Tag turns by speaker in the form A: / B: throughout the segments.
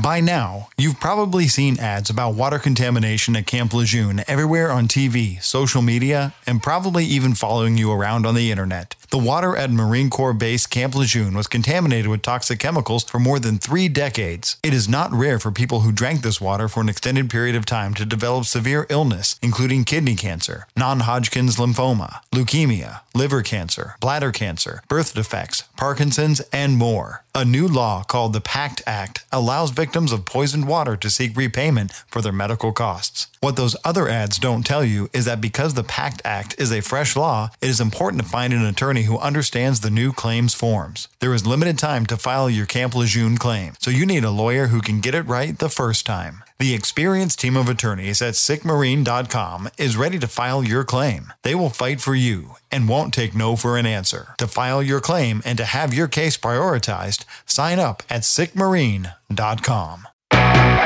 A: By now, you've probably seen ads about water contamination at Camp Lejeune everywhere on TV, social media, and probably even following you around on the internet. The water at Marine Corps Base Camp Lejeune was contaminated with toxic chemicals for more than three decades. It is not rare for people who drank this water for an extended period of time to develop severe illness, including kidney cancer, non Hodgkin's lymphoma, leukemia, liver cancer, bladder cancer, birth defects, Parkinson's, and more. A new law called the PACT Act allows victims of poisoned water to seek repayment for their medical costs. What those other ads don't tell you is that because the PACT Act is a fresh law, it is important to find an attorney who understands the new claims forms. There is limited time to file your Camp Lejeune claim, so you need a lawyer who can get it right the first time. The experienced team of attorneys at sickmarine.com is ready to file your claim. They will fight for you and won't take no for an answer. To file your claim and to have your case prioritized, sign up at sickmarine.com.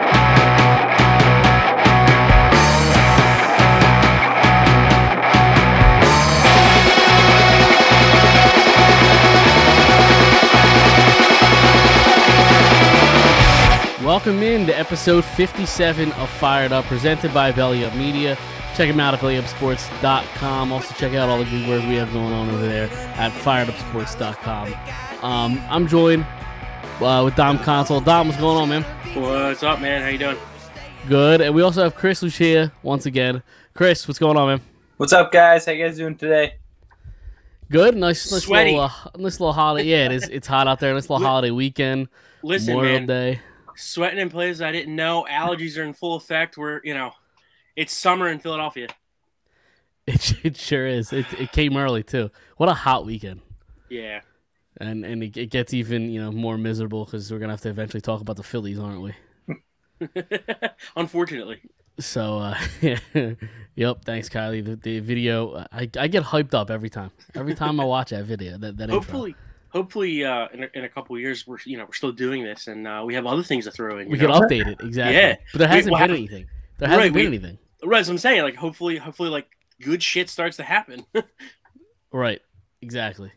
B: Welcome in to episode 57 of Fired Up, presented by Belly Up Media. Check them out at bellyupsports.com. Also, check out all the good work we have going on over there at firedupsports.com. Um, I'm joined uh, with Dom Console. Dom, what's going on, man?
C: What's up, man? How you doing?
B: Good. And we also have Chris Lucia once again. Chris, what's going on, man?
D: What's up, guys? How you guys doing today?
B: Good. Nice, nice
C: Sweaty.
B: little, uh, nice little holiday. Yeah, it is. It's hot out there. Nice little holiday weekend.
C: Listen,
B: Memorial
C: man,
B: Day.
C: sweating in places I didn't know. Allergies are in full effect. We're, you know, it's summer in Philadelphia.
B: It, it sure is. It, it came early too. What a hot weekend.
C: Yeah.
B: and and it, it gets even you know more miserable because we're gonna have to eventually talk about the Phillies, aren't we?
C: Unfortunately.
B: So, uh, yep. Thanks, Kylie. The, the video, I, I get hyped up every time. Every time I watch that video, that, that intro.
C: Hopefully, hopefully, uh, in, a, in a couple of years, we're, you know, we're still doing this, and uh, we have other things to throw in. You
B: we
C: know?
B: can update it exactly.
C: Yeah.
B: but there
C: We-
B: hasn't
C: we'll
B: been
C: have-
B: anything. There hasn't
C: Right,
B: been
C: we-
B: anything.
C: Right, that's what I'm saying. Like, hopefully, hopefully, like good shit starts to happen.
B: Right. Exactly.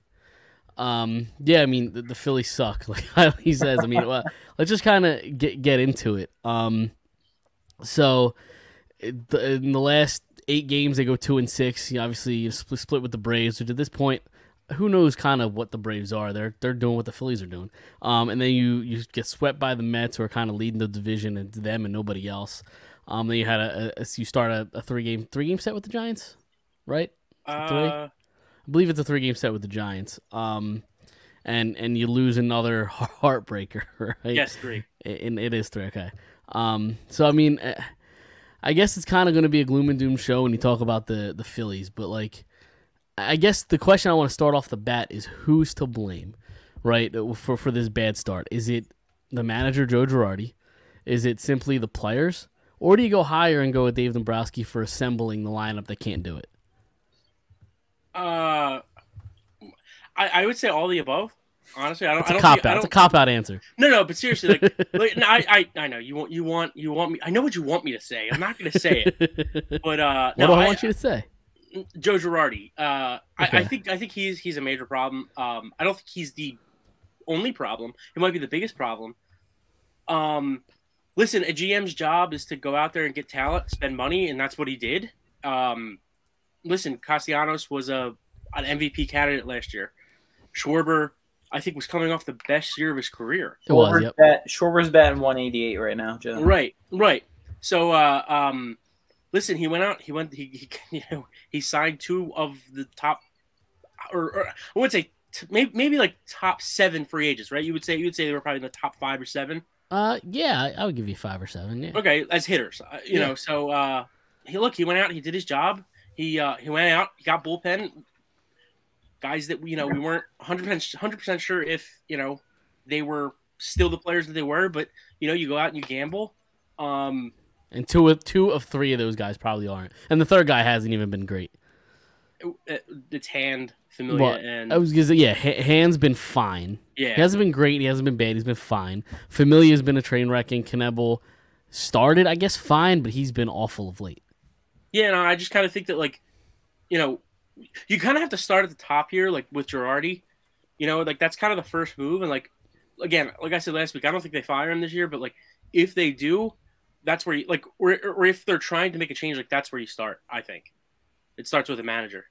B: Um. Yeah. I mean, the, the Phillies suck. Like Kylie says. I mean, well, let's just kind of get get into it. Um. So, it- the- in the last eight games, they go two and six. You know, obviously, you split, split with the Braves, which at this point, who knows kind of what the Braves are. They're they're doing what the Phillies are doing. Um. And then you you get swept by the Mets, who are kind of leading the division, and it's them and nobody else. Um. Then you had a, a- a you start a, a three game three game set with the Giants, right?
C: Uh,
B: I believe it's a three game set with the Giants. Um, and and you lose another heartbreaker, right?
C: yes, three.
B: And it is three. Okay. Um, so I mean, eh, I guess it's kind of going to be a gloom and doom show when you talk about the the Phillies, but like, I guess the question I want to start off the bat is who's to blame, right? For for this bad start, is it the manager Joe Girardi? Is it simply the players, or do you go higher and go with Dave Dombrowski for assembling the lineup that can't do it?
C: Uh, I, I would say all the above. Honestly, I don't.
B: It's a
C: I don't
B: cop
C: think- I
B: out. It's a
C: don't-
B: cop out answer.
C: No, no, but seriously, like, like no, I, I, I know you want, you want, you want me. I know what you want me to say. I'm not going to say it, but uh,
B: What
C: no,
B: do I,
C: I,
B: want you to say?
C: Joe Girardi. Uh, I,
B: Okay.
C: I think, I think he's he's a major problem. Um, I don't think he's the only problem. It might be the biggest problem. Um, listen, a GM's job is to go out there and get talent, spend money, and that's what he did. Um, listen, Castellanos was a an MVP candidate last year. Schwarber, I think, was coming off the best year of his career.
B: It was,
D: Schwarber's
B: yep.
D: bat- Schwarber's batting 188 right now, Joe.
C: Right, right. So, uh, um, listen, he went out. He went. He, he you know he signed two of the top, or, or I would say t- maybe maybe like top seven free agents. Right? You would say you would say they were probably in the top five or seven.
B: Uh, yeah, I, I would give you five or seven. Yeah.
C: Okay, as hitters, uh, you
B: Yeah.
C: know. So, uh, he look. He went out. He did his job. He uh, he went out. He got bullpen guys that you know we weren't 100 percent sure if you know they were still the players that they were. But you know, you go out and you gamble. Um,
B: And two of two of three of those guys probably aren't, and the third guy hasn't even been great.
C: uh, it's hand familiar
B: Well,
C: and
B: I was gonna say, yeah, Ha- Hand's been fine.
C: yeah
B: He hasn't been great. He hasn't been bad. He's been fine. Familia's been a train wreck, and Knebel started, I guess, fine, but he's been awful of late.
C: yeah no, i just kind of think that like you know you kind of have to start at the top here like with Girardi. you know like that's kind of the first move and like again like i said last week i don't think they fire him this year but like if they do, that's where you like, or, or if they're trying to make a change, like that's where you start. I think it starts with a manager.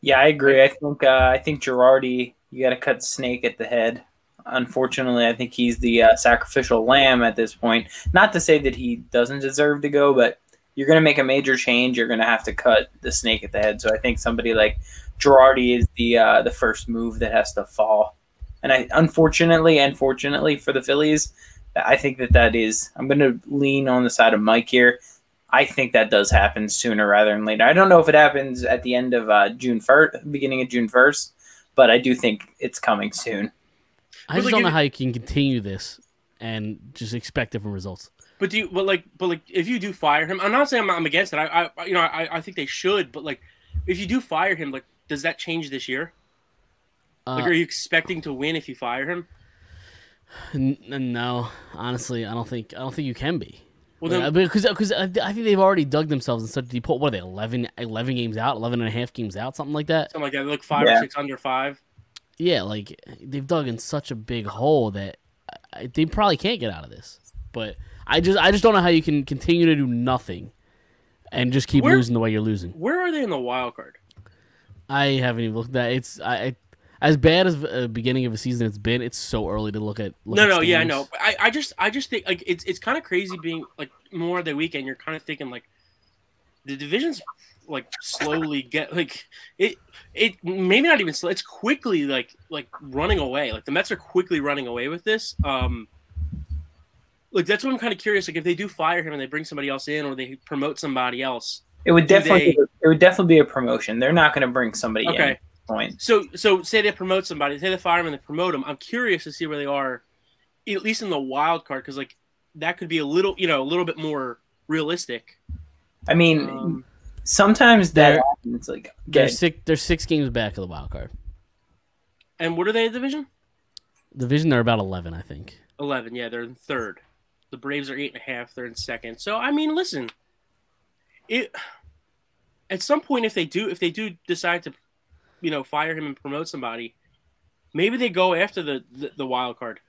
D: Yeah, I agree. I think uh, I think Girardi, you got to cut Snake at the head. Unfortunately, I think he's the uh, sacrificial lamb at this point. Not to say that he doesn't deserve to go, but you're going to make a major change. You're going to have to cut the snake at the head. So I think somebody like Girardi is the uh, the first move that has to fall. And I unfortunately, and fortunately for the Phillies, I think that that is. I'm going to lean on the side of Mike here. I think that does happen sooner rather than later. I don't know if it happens at the end of uh, June first, beginning of June first, but I do think it's coming soon.
B: I
C: But,
B: just
C: like,
B: don't know
C: if-
B: how you can continue this and just expect different results.
C: But do you, but like, but like, if you do fire him, I'm not saying I'm, I'm against it. I, I, you know, I, I think they should. But like, if you do fire him, like, does that change this year? Like,
B: Uh,
C: are you expecting to win if you fire him?
B: N- n- no, honestly, I don't think I don't think you can be.
C: Well,
B: Like,
C: then-
B: I- because because I, I think they've already dug themselves in such deep hole. What are they 11, 11 games out, 11 and a half games out, something like that.
C: Something like that, like five
D: Yeah.
C: or six under five.
B: Yeah, like they've dug in such a big hole that I, they probably can't get out of this. But I just I just don't know how you can continue to do nothing and just keep
C: Where-
B: losing the way you're losing.
C: Where are they in the wild card?
B: I haven't even looked at that. It's I, I as bad as uh, beginning of a season it's been. It's so early to look at. Look
C: no,
B: at
C: no, yeah, I
B: standings.
C: know. But I, I just, I just think like it's, it's kind of crazy being like more of the weekend. You're kind of thinking like the divisions like slowly get like it, it maybe not even slow. It's quickly like like running away. Like the Mets are quickly running away with this. Um, like that's what I'm kind of curious. Like if they do fire him and they bring somebody else in, or they promote somebody else.
D: It would
C: Do
D: definitely
C: they-
D: it would definitely be a promotion. They're not going to bring somebody in.
C: Okay.
D: At this point.
C: So, so say they promote somebody, say they fire him and they promote him. I'm curious to see where they are, at least in the wild card, because like that could be a little, you know, a little bit more realistic.
D: I mean,
C: Um,
D: sometimes that
B: They're-
D: happens. Like,
B: They're
D: get-
B: six. They're six games back of the wild card
C: and what are they in the division?
B: division. They're about eleven, I think.
C: Eleven. Yeah, they're in third. The Braves are eight and a half. They're in second. So I mean, listen, it. At some point, if they do, if they do decide to, you know, fire him and promote somebody, maybe they go after the the, the wild card.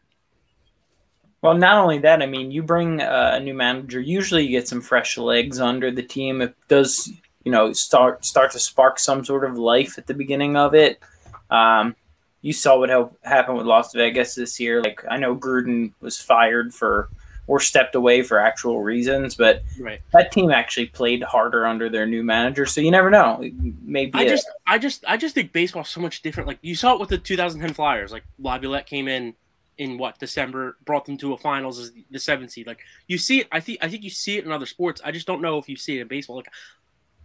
D: Well, not only that, I mean, you bring uh, a new manager. Usually, you get some fresh legs under the team. It does, you know, start start to spark some sort of life at the beginning of it. Um, you saw what hel- happened with Las Vegas this year. Like, I know Gruden was fired for or stepped away for actual reasons, but
C: Right.
D: that team actually played harder under their new manager. So you never know. Maybe
C: I
D: it-
C: just, I just, I just think baseball's so much different. Like you saw it with the 2010 Flyers. Like Laviolette came in in what December, brought them to a finals as the seventh seed. Like you see it. I think, I think you see it in other sports. I just don't know if you see it in baseball. Like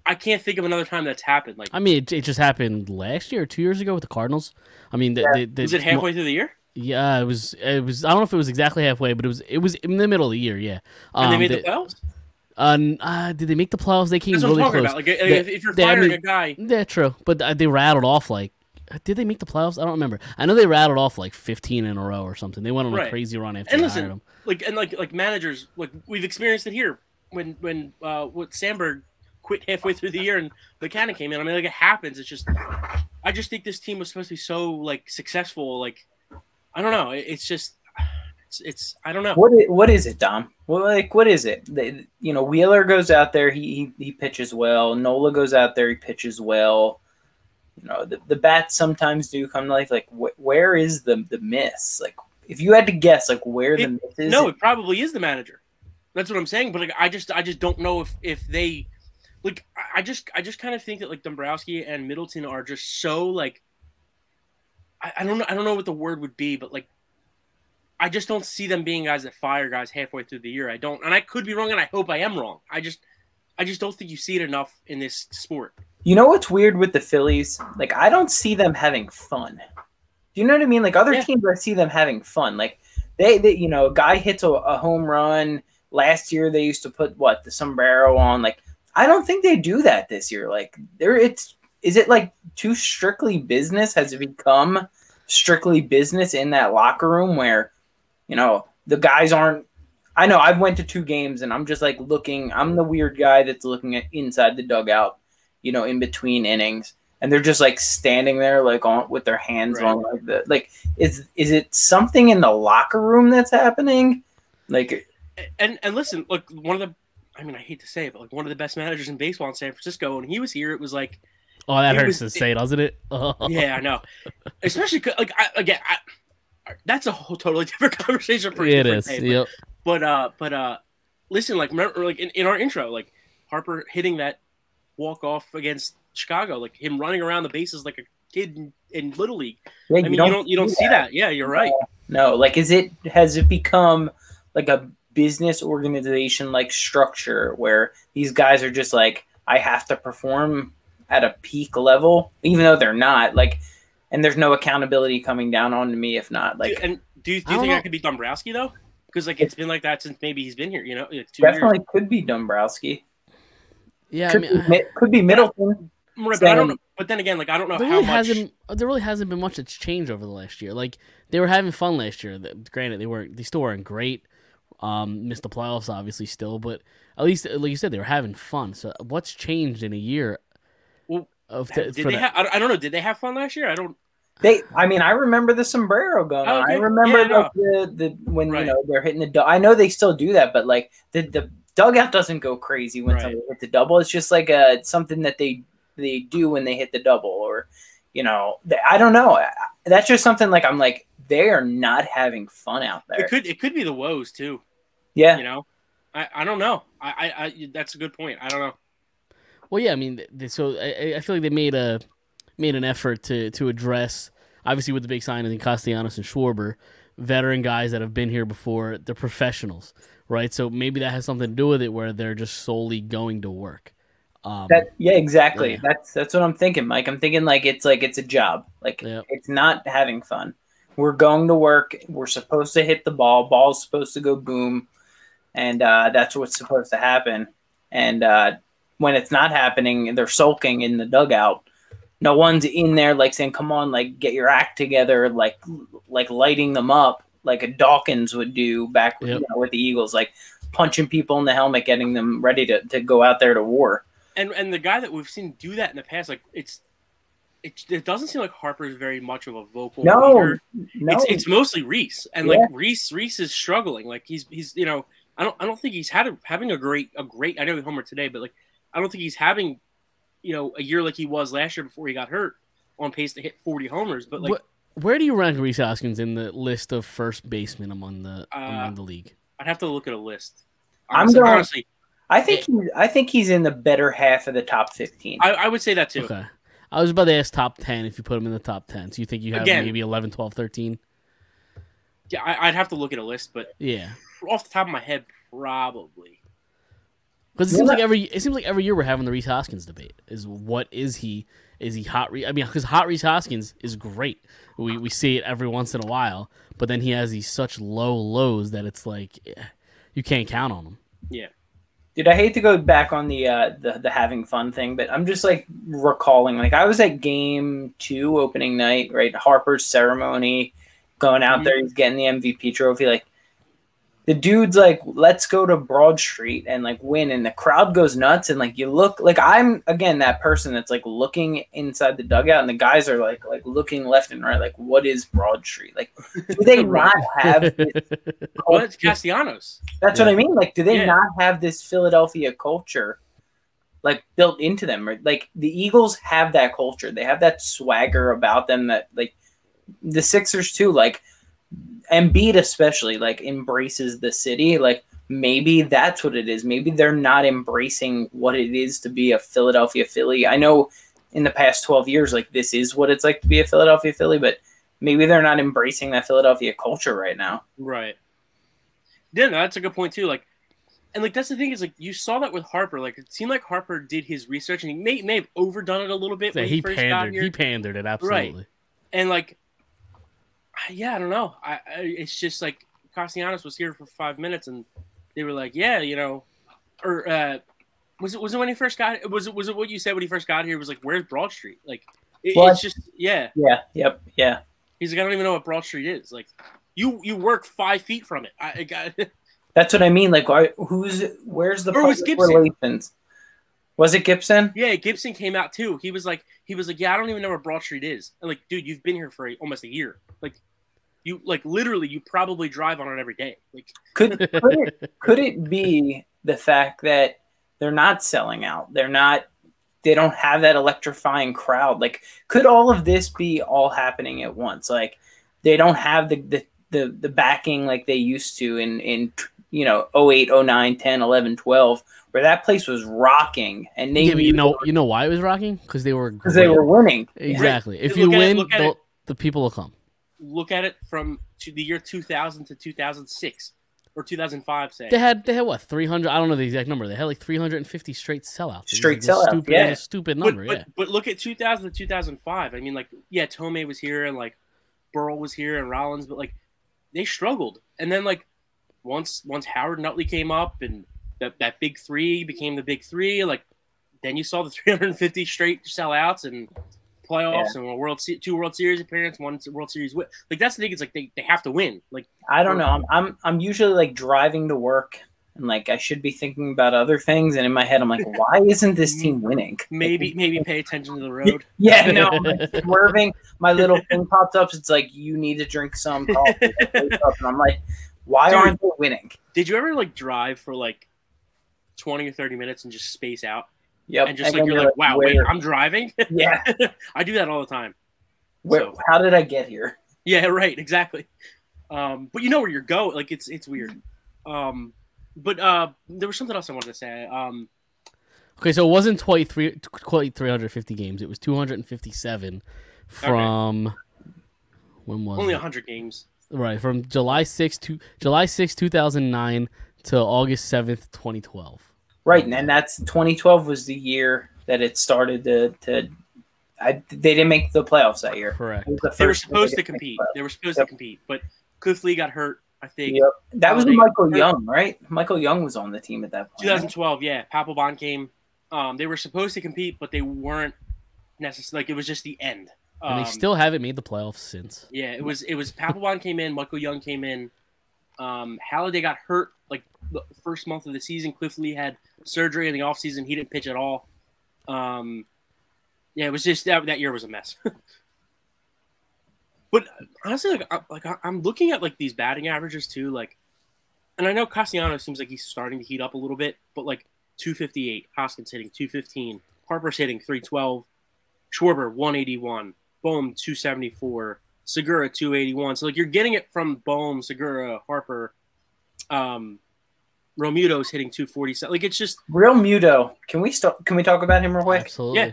C: I can't think of another time that's happened. Like
B: I mean, it, it just happened last year or two years ago with the Cardinals. I mean, the, the, the,
C: was it halfway through the year
B: Yeah, it was. It was. I don't know if it was exactly halfway, but it was. It was in the middle of the year. Yeah.
C: and
B: Um,
C: they made
B: they-
C: the playoffs?
B: um, uh, did they make the playoffs? They came
C: That's what
B: really
C: I'm talking
B: close.
C: about. Like if-
B: They-
C: if you're
B: they- I
C: firing
B: mean-
C: a guy,
B: Yeah, true. But uh, they rattled off like, did they make the playoffs? I don't remember. I know they rattled off like 15 in a row or something. They went on a
C: Right.
B: crazy run after
C: And
B: they
C: listen,
B: hired 'em.
C: like and like like managers, like we've experienced it here when when uh what Sandberg quit halfway through the year and McKenna came in. I mean, like it happens. It's just, I just think this team was supposed to be so like successful. Like, I don't know. It- It's just, it's, it's I don't know.
D: What is, what is it, Dom? What, like what is it? They, you know, Wheeler goes out there, he, he he pitches well. Nola goes out there, he pitches well. You know, the, the bats sometimes do come to life. Like wh- where is the the miss? Like if you had to guess, like where the
C: It-
D: miss is?
C: no, it probably is the manager. That's what I'm saying. But like, I just, I just don't know if if they, like, I- I just, I just kind of think that like Dombrowski and Middleton are just so like, I, I don't know, I don't know what the word would be, but like, I just don't see them being guys that fire guys halfway through the year. I don't, and I could be wrong, and I hope I am wrong. I just, I just don't think you see it enough in this sport.
D: you know what's weird with the Phillies? Like I don't see them having fun. Do you know what I mean? Like other
C: Yeah.
D: teams, I see them having fun. Like they, they you know, a guy hits a, a home run last year. They used to put what the sombrero on. Like I don't think they do that this year. Like there, it's is it like too strictly business? Has it become strictly business in that locker room where you know the guys aren't? I know I've went to two games and I'm just like looking. I'm the weird guy that's looking at inside the dugout, you know, in between innings, and they're just like standing there like on with their hands
C: Right.
D: on like the like is is it something in the locker room that's happening? Like
C: and and listen, look, one of the I mean, I hate to say it, but like one of the best managers in baseball in San Francisco, and he was here. It was like,
B: Oh, that
C: It
B: hurts
C: was-
B: to say, doesn't it?
C: yeah, I know. Especially 'cause, like I, again, I, that's a whole totally different conversation for a
B: it
C: different
B: is.
C: day, but-
B: Yep.
C: But uh, but uh, listen, like remember, like in, in our intro, like Harper hitting that walk off against Chicago, like him running around the bases like a kid in, in little league.
D: Yeah,
C: I mean, you don't you don't, see that. Yeah, you're right.
D: No, like is it has it become like a business organization like structure where these guys are just like I have to perform at a peak level even though they're not like and there's no accountability coming down on me if not
C: Do-
D: like
C: and do you, do
B: I
C: you
B: don't
C: think
B: know.
C: that could be Dombrowski though? Because like it's been like that since maybe he's been here. You know, like, two years.
D: definitely could be Dombrowski
B: Yeah. I
D: could,
B: mean,
D: be, Mi- could be Middleton
C: Right, but I don't
D: Same.
C: know. But then again, like I don't know
B: there
C: how
B: really
C: much.
B: hasn't there really hasn't been much that's changed over the last year. Like they were having fun last year. The- Granted, they weren't they still weren't great. Um, missed the playoffs obviously still, but at least like you said, they were having fun. So what's changed in a year?
C: Well,
B: of
C: Did
B: for
C: they
B: that-
C: have? I don't- I don't know. Did they have fun last year? I don't.
D: they I mean I remember the sombrero going
C: Oh,
D: on. I
C: dude,
D: remember
C: yeah, no.
D: like, the, the when
C: Right.
D: you know they're hitting the dou- I know they still do that but like the the dugout doesn't go crazy when
C: Right.
D: somebody hits a double it's just like a it's something that they they do when they hit the double or you know th- I don't know I- that's just something like I'm like they are not having fun out there
C: It could. It could be the woes too.
D: yeah
C: You know, I, I don't know. I, I I that's a good point. I don't know.
B: Well, yeah, I mean, th- th- so I, I- I feel like they made a made an effort to to address obviously with the big signings in Castellanos and Schwarber, veteran guys that have been here before. They're professionals, right? So maybe that has something to do with it, where they're just solely going to work. Um,
D: that yeah exactly
B: Yeah.
D: that's that's what I'm thinking Mike I'm thinking like it's like it's a job like
B: yeah,
D: It's not having fun. We're going to work. We're supposed to hit the ball. Ball's supposed to go boom, and uh, that's what's supposed to happen. And uh, when it's not happening, they're sulking in the dugout. No one's in there like saying, "Come on, like get your act together," like like lighting them up, like a Dawkins would do back
B: Yep.
D: you know, with the Eagles, like punching people in the helmet, getting them ready to, to go out there to war.
C: And and the guy that we've seen do that in the past, like it's. It, it doesn't seem like Harper is very much of a vocal.
D: No,
C: leader.
D: no,
C: It's, it's mostly Reese, and
D: Yeah.
C: like Reese Reese is struggling. Like he's he's you know I don't I don't think he's had a, having a great a great I know he homer today, but like I don't think he's having you know a year like he was last year before he got hurt on pace to hit forty homers. But like
B: Wh- where do you rank Reese Hoskins in the list of first basemen among the
C: Uh,
B: among the league?
C: I'd have to look at a list.
D: I'm
C: Honestly,
D: going-
C: honestly
D: I think he's, I think he's in the better half of the top fifteen.
C: I, I would say that too.
B: Okay. I was about to ask top 10 if you put him in the top 10. So you think you have
C: Again.
B: maybe 11, 12, 13?
C: Yeah, I, I'd have to look at a list, but
B: Yeah.
C: off the top of my head, probably.
B: Because it seems
D: Well, that-
B: like every it seems like every year we're having the Reese Hoskins debate. Is what is he? Is he hot? Re- I mean, because hot Reese Hoskins is great. We we see it every once in a while, but then he has these such low lows that it's like eh, you can't count on him.
D: Dude, I hate to go back on the, uh, the the having fun thing, but I'm just like recalling. Like I was at game two opening night, right? Harper's ceremony, going out
C: Mhm.
D: there, he's getting the MVP trophy. Like the dude's like, let's go to Broad Street and like win, and the crowd goes nuts. And like you look, like I'm again that person that's like looking inside the dugout, and the guys are like like looking left and right, like what is Broad Street? Like do they not have
B: Oh,
C: Well, it's Castellanos.
D: that's what I mean. Like, do they
C: Yeah.
D: not have this Philadelphia culture, like built into them? Or, Like the Eagles have that culture. They have that swagger about them that, like, the Sixers too. Like, Embiid especially, like, embraces the city. Like, maybe that's what it is. Maybe they're not embracing what it is to be a Philadelphia Philly. I know in the past twelve years, like, this is what it's like to be a Philadelphia Philly, but maybe they're not embracing that Philadelphia culture right now.
C: Right. Yeah, no, that's a good point too. Like, and like that's the thing is like you saw that with Harper. Like it seemed like Harper did his research and he may may have overdone it a little bit
B: So
C: when
B: he
C: he first got
B: pandered.
C: here.
B: He pandered it absolutely.
C: and like, I- yeah, I don't know. I, I it's just like Castellanos was here for five minutes and they were like, yeah, you know, or uh, was it was it when he first got? Was it was it what you said when he first got here? It was like, where's Broad Street? Like, it,
D: Well,
C: it's just yeah.
D: Yeah. Yep. Yeah.
C: He's like, I don't even know what Broad Street is. Like, you you work five feet from it. I, I got
D: That's what I mean. Like, why- who's where's the
C: Or was
D: public
C: Gibson?
D: relations? Was it Gibson?
C: yeah. Gibson came out too. He was like, he was like, yeah, I don't even know where Broad Street is. And like, dude, you've been here for a, almost a year. Like, You like literally, you probably drive on it every day. Like
D: Could could it, could it be the fact that they're not selling out? They're not. They don't have that electrifying crowd. Like, could all of this be all happening at once? Like, they don't have the the the, the backing like they used to in in you know 08, 09, 10, 11, 12, where that place was rocking and they
B: yeah, but you
D: knew-
B: know, you know why it was rocking? Because they were
D: 'cause they
B: great.
D: were winning.
B: exactly. If
C: Look
B: you
C: at it,
B: win,
C: look at
B: they'll- the people will come.
C: look at it from to the year 2000 to 2006 or 2005. Say
B: They had they had what three hundred? I don't know the exact number. They had like three hundred and fifty straight sellouts. It was,
D: Straight
B: like, this
D: sellouts,
B: Stupid,
D: yeah.
B: it was a stupid
C: but,
B: number.
C: but,
B: yeah.
C: but look at 2000 to 2005. I mean, like, yeah, Tomei was here and like Burl was here and Rollins, but like they struggled. And then like once once Howard Nutley came up and that, that big three became the big three, like then you saw the 350 straight sellouts and playoffs and a World Se- two World Series appearance, one World Series win. Like that's the thing. It's like they, they have to win. Like
D: I don't know. I'm, I'm I'm usually like driving to work and like I should be thinking about other things and in my head I'm like why isn't this team winning?
C: maybe maybe pay attention to the road.
D: Yeah, no. I'm like swerving, my little thing pops up. It's like you need to drink some coffee. I wake up, and I'm like, why
C: Dude.
D: aren't they winning?
C: Did you ever like drive for like 20 or 30 minutes and just space out
D: Yep.
C: and just like
D: then
C: you're like, wow, wait,
D: where-
C: I'm driving.
D: yeah.
C: I do that all the time.
D: Where,
C: So-
D: How did I get here?
C: Yeah, right, exactly. Um, but you know where you're going. Like it's it's weird. Um, but uh, there was something else I wanted to say. Um,
B: Okay, so it wasn't quite three t- quite three hundred fifty games. It was two hundred and fifty seven from when was
C: only
B: it?
C: 100 games.
B: right from July sixth to July sixth two thousand nine to August seventh twenty twelve.
D: Right, and then that's 2012 was the year that it started to. to I, they didn't make the playoffs that year.
B: Correct.
D: It was the
C: They were
D: first year
C: supposed to
D: didn't make the
C: compete.
D: playoffs.
C: They were supposed
D: Yep.
C: to compete, but Cliff Lee got hurt. I think
D: Yep. That was
C: They-
D: Michael Young, right? Michael Young was on the team at that point.
C: 2012. Yeah, Papelbon came. Um, they were supposed to compete, but they weren't necessary. Like it was just the end. Um,
B: and they still haven't made the playoffs since.
C: Yeah, it was it was Papelbon came in, Michael Young came in. Um, Halliday got hurt like the first month of the season. Cliff Lee had surgery in the offseason. He didn't pitch at all. Um, yeah, it was just that, that year was a mess. but honestly, like, I, like I- I'm looking at like these batting averages too. Like, and I know Castellanos seems like he's starting to heat up a little bit, but like 258, Hoskins hitting 215, Harper's hitting 312, Schwarber 181, Bohm 274, Segura 281. So like you're getting it from Bohm, Segura, Harper, um, Romuto's hitting 247. Like it's just
D: Real Muto. Can we stop? Can we talk about him real quick?
B: Absolutely.
C: Yeah.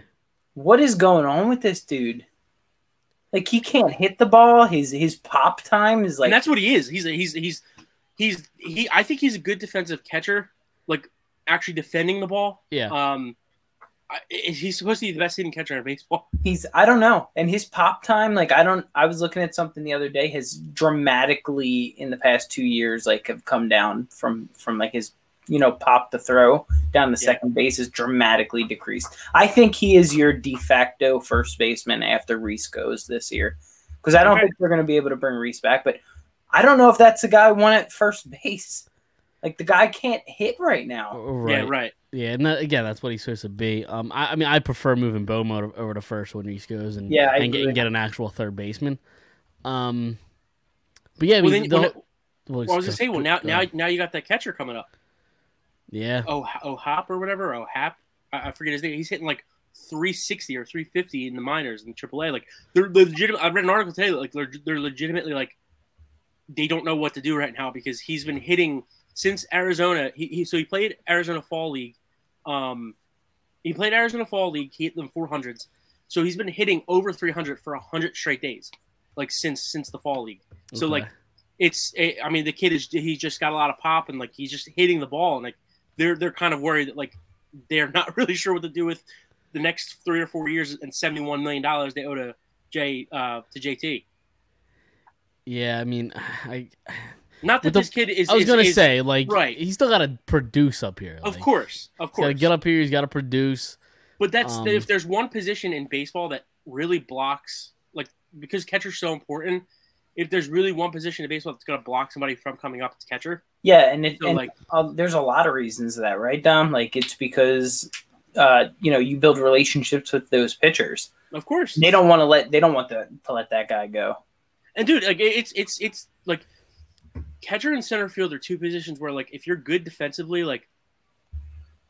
D: What is going on with this dude? Like he can't hit the ball. His his pop time is like
C: and that's what he is. He's a, he's he's he's he. I think he's a good defensive catcher. Like actually defending the ball.
B: Yeah.
C: Um, I, he's supposed to be the best hitting catcher in baseball.
D: he's I don't know. And his pop time, like I don't. I was looking at something the other day. Has dramatically in the past two years, like have come down from from like his you know pop to throw down the
C: Yeah.
D: second base has dramatically decreased. I think he is your de facto first baseman after Reese goes this year because I don't
C: Okay.
D: think they're going to be able to bring Reese back. But I don't know if that's the guy one at first base. Like the guy can't hit right now.
B: Right.
C: Uh, Yeah. Right.
B: Yeah, and that, again, that's what he's supposed to be. Um, I, I mean, I prefer moving Bomo to- over to first when Reese goes, and
D: Yeah, I
B: and, get, and
D: agree.
B: get an actual third baseman. Um, but yeah, I
C: well,
B: mean,
C: then,
B: the
C: well,
B: whole- well,
C: well, I was
B: go-
C: gonna say, well,
B: go-
C: now
B: go
C: now
B: ahead.
C: now you got that catcher coming up.
B: yeah,
C: Oh, oh, Hop or whatever. Oh, Hap. I, I forget his name. He's hitting like 360 or 350 in the minors in AAA. Like they're legitimate. I read an article today. that, Like they're they're legitimately like they don't know what to do right now because he's been hitting since Arizona. He, he so he played Arizona Fall League. Um, he played Arizona Fall League. He hit them 400s. So he's been hitting over 300 for 100 straight days, like since since the Fall League. So
B: Okay.
C: like it's it, I mean the kid is he's just got a lot of pop and like he's just hitting the ball and like they're they're kind of worried that like they're not really sure what to do with the next three or four years and seventy one million dollars they owe to J uh, to JT.
B: yeah, I mean, I
C: Not that
B: With the-
C: this kid is.
B: I was
C: is-
B: gonna
C: is-
B: say like
C: right.
B: he's still got to produce up here.
C: of
B: like,
C: course, of
B: he's got to
C: course.
B: get up here. He's got to produce.
C: But that's
B: Um,
C: if there's one position in baseball that really blocks, like because catcher's so important. If there's really one position in baseball that's gonna block somebody from coming up, it's catcher.
D: Yeah, and it
C: So
D: and
C: like
D: Uh, there's a lot of reasons to that, right, Dom? Like it's because uh, you know you build relationships with those pitchers.
C: of course
D: They don't want to let they don't want the, to let that guy go.
C: And dude, like it- it's it's it's like catcher and center field are two positions where like if you're good defensively, like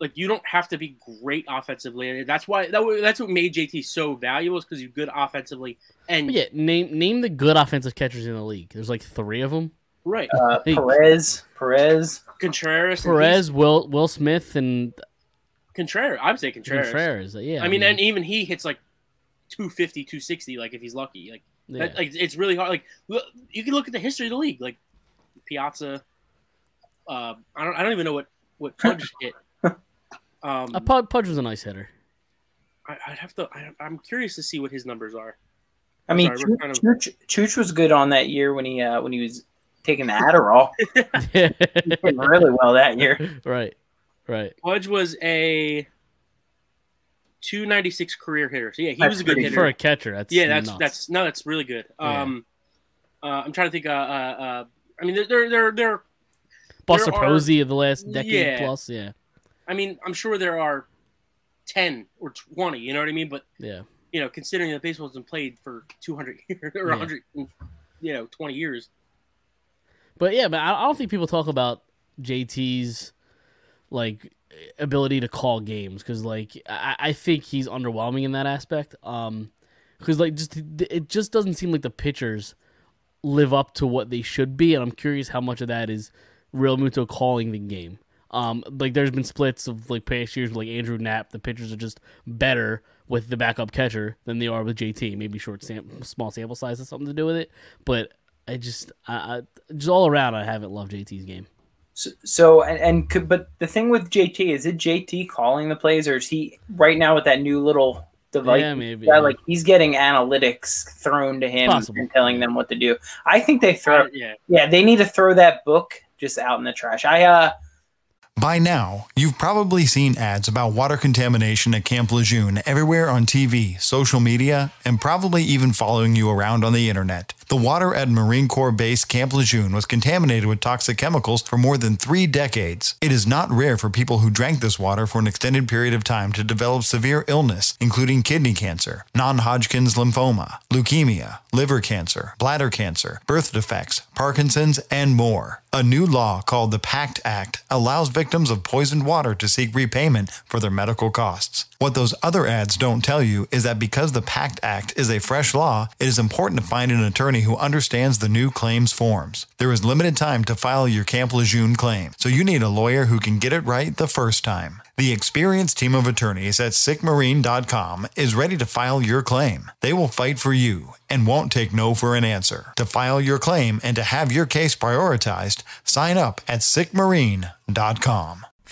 C: like you don't have to be great offensively, and that's why that wa- that's what made JT so valuable is because you're good offensively and
B: But yeah, name name the good offensive catchers in the league. There's like three of them.
C: right
D: Uh,
B: Hey.
D: Perez, Perez.
C: Contreras. and he's-
B: Perez, Will Will Smith, and
C: Contreras. I'm saying Contreras.
B: Contreras. Yeah,
C: I mean, and even he hits like 250, 260, like if he's lucky. Like,
B: yeah.
C: that, like it's really hard. Like look- you can look at the history of the league, like Piazza. Uh, I don't, I don't even know what what Pudge hit. Um,
B: Uh, Pud- Pudge was a nice hitter.
C: I, I'd have to. I, I'm curious to see what his numbers are.
D: I mean,
C: Sorry, we're kind of-
D: Chooch, Chooch was good on that year when he uh, when he was taking the Adderall. He did really well that year.
B: right, right.
C: Pudge was a 296 career hitter. So yeah, he
D: That's
C: was a good
D: pretty
C: hitter.
B: For a catcher, that's
C: yeah, that's
B: nuts.
C: that's no, that's really good.
B: Yeah.
C: Um, uh, I'm trying to think. Uh, uh, uh I mean, there, there, there, there
B: Buster
C: there are-
B: Posey of the last decade
C: Yeah.
B: plus. Yeah,
C: I mean, I'm sure there are 10 or 20, you know what I mean? But,
B: yeah,
C: you know, considering that baseball's been played for 200 years or
B: Yeah.
C: 100, and, you know, 20 years.
B: but yeah, but I I don't think people talk about JT's like ability to call games because like I, I think he's underwhelming in that aspect. Um, because like just it just doesn't seem like the pitchers live up to what they should be, and I'm curious how much of that is Real Muto calling the game. Um, like there's been splits of like past years with like Andrew Knapp, the pitchers are just better with the backup catcher than they are with JT. Maybe short sam- small sample size has something to do with it, but I just I, I just all around I haven't loved JT's game.
D: So, so and, and could, but the thing with JT is it JT calling the plays, or is he right now with that new little device?
B: yeah, maybe.
D: Yeah, like he's getting analytics thrown to him
B: Possible.
D: and telling them what to do. I think they throw.
C: Uh, yeah.
D: Yeah, they need to throw that book just out in the trash. I uh,
A: By now, you've probably seen ads about water contamination at Camp Lejeune everywhere on TV, social media, and probably even following you around on the internet. The water at Marine Corps Base Camp Lejeune was contaminated with toxic chemicals for more than three decades. It is not rare for people who drank this water for an extended period of time to develop severe illness, including kidney cancer, non Hodgkin's lymphoma, leukemia, liver cancer, bladder cancer, birth defects, Parkinson's, and more. A new law called the PACT Act allows victims of poisoned water to seek repayment for their medical costs. What those other ads don't tell you is that because the PACT Act is a fresh law, it is important to find an attorney who understands the new claims forms. There is limited time to file your Camp Lejeune claim, so you need a lawyer who can get it right the first time. The experienced team of attorneys at sickmarine.com is ready to file your claim. They will fight for you and won't take no for an answer. To file your claim and to have your case prioritized, sign up at sickmarine.com.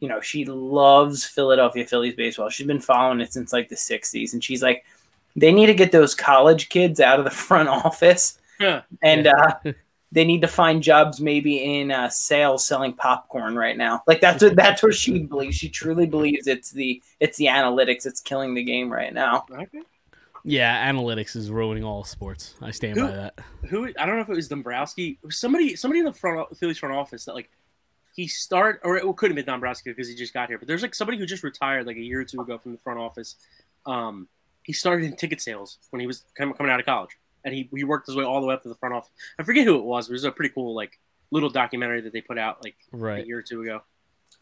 D: you know, she loves Philadelphia Phillies baseball. She's been following it since like the 60s. And she's like, they need to get those college kids out of the front office
C: Huh.
D: and uh, they need to find jobs maybe in uh, sales selling popcorn right now. Like that's what, that's what she believes. She truly believes it's the, it's the analytics. It's killing the game right now.
C: Okay.
B: Yeah, analytics is ruining all sports. I stand
C: Who-
B: by that.
C: Who I don't know if it was Dombrowski, it was somebody, somebody in the front Phillies front office that like he start or it could have been Dombrowski because he just got here, but there's like somebody who just retired like a year or two ago from the front office. Um, he started in ticket sales when he was com- coming out of college, and he, he worked his way all the way up to the front office. I forget who it was, but it was a pretty cool like little documentary that they put out like a
B: Right.
C: year or two ago.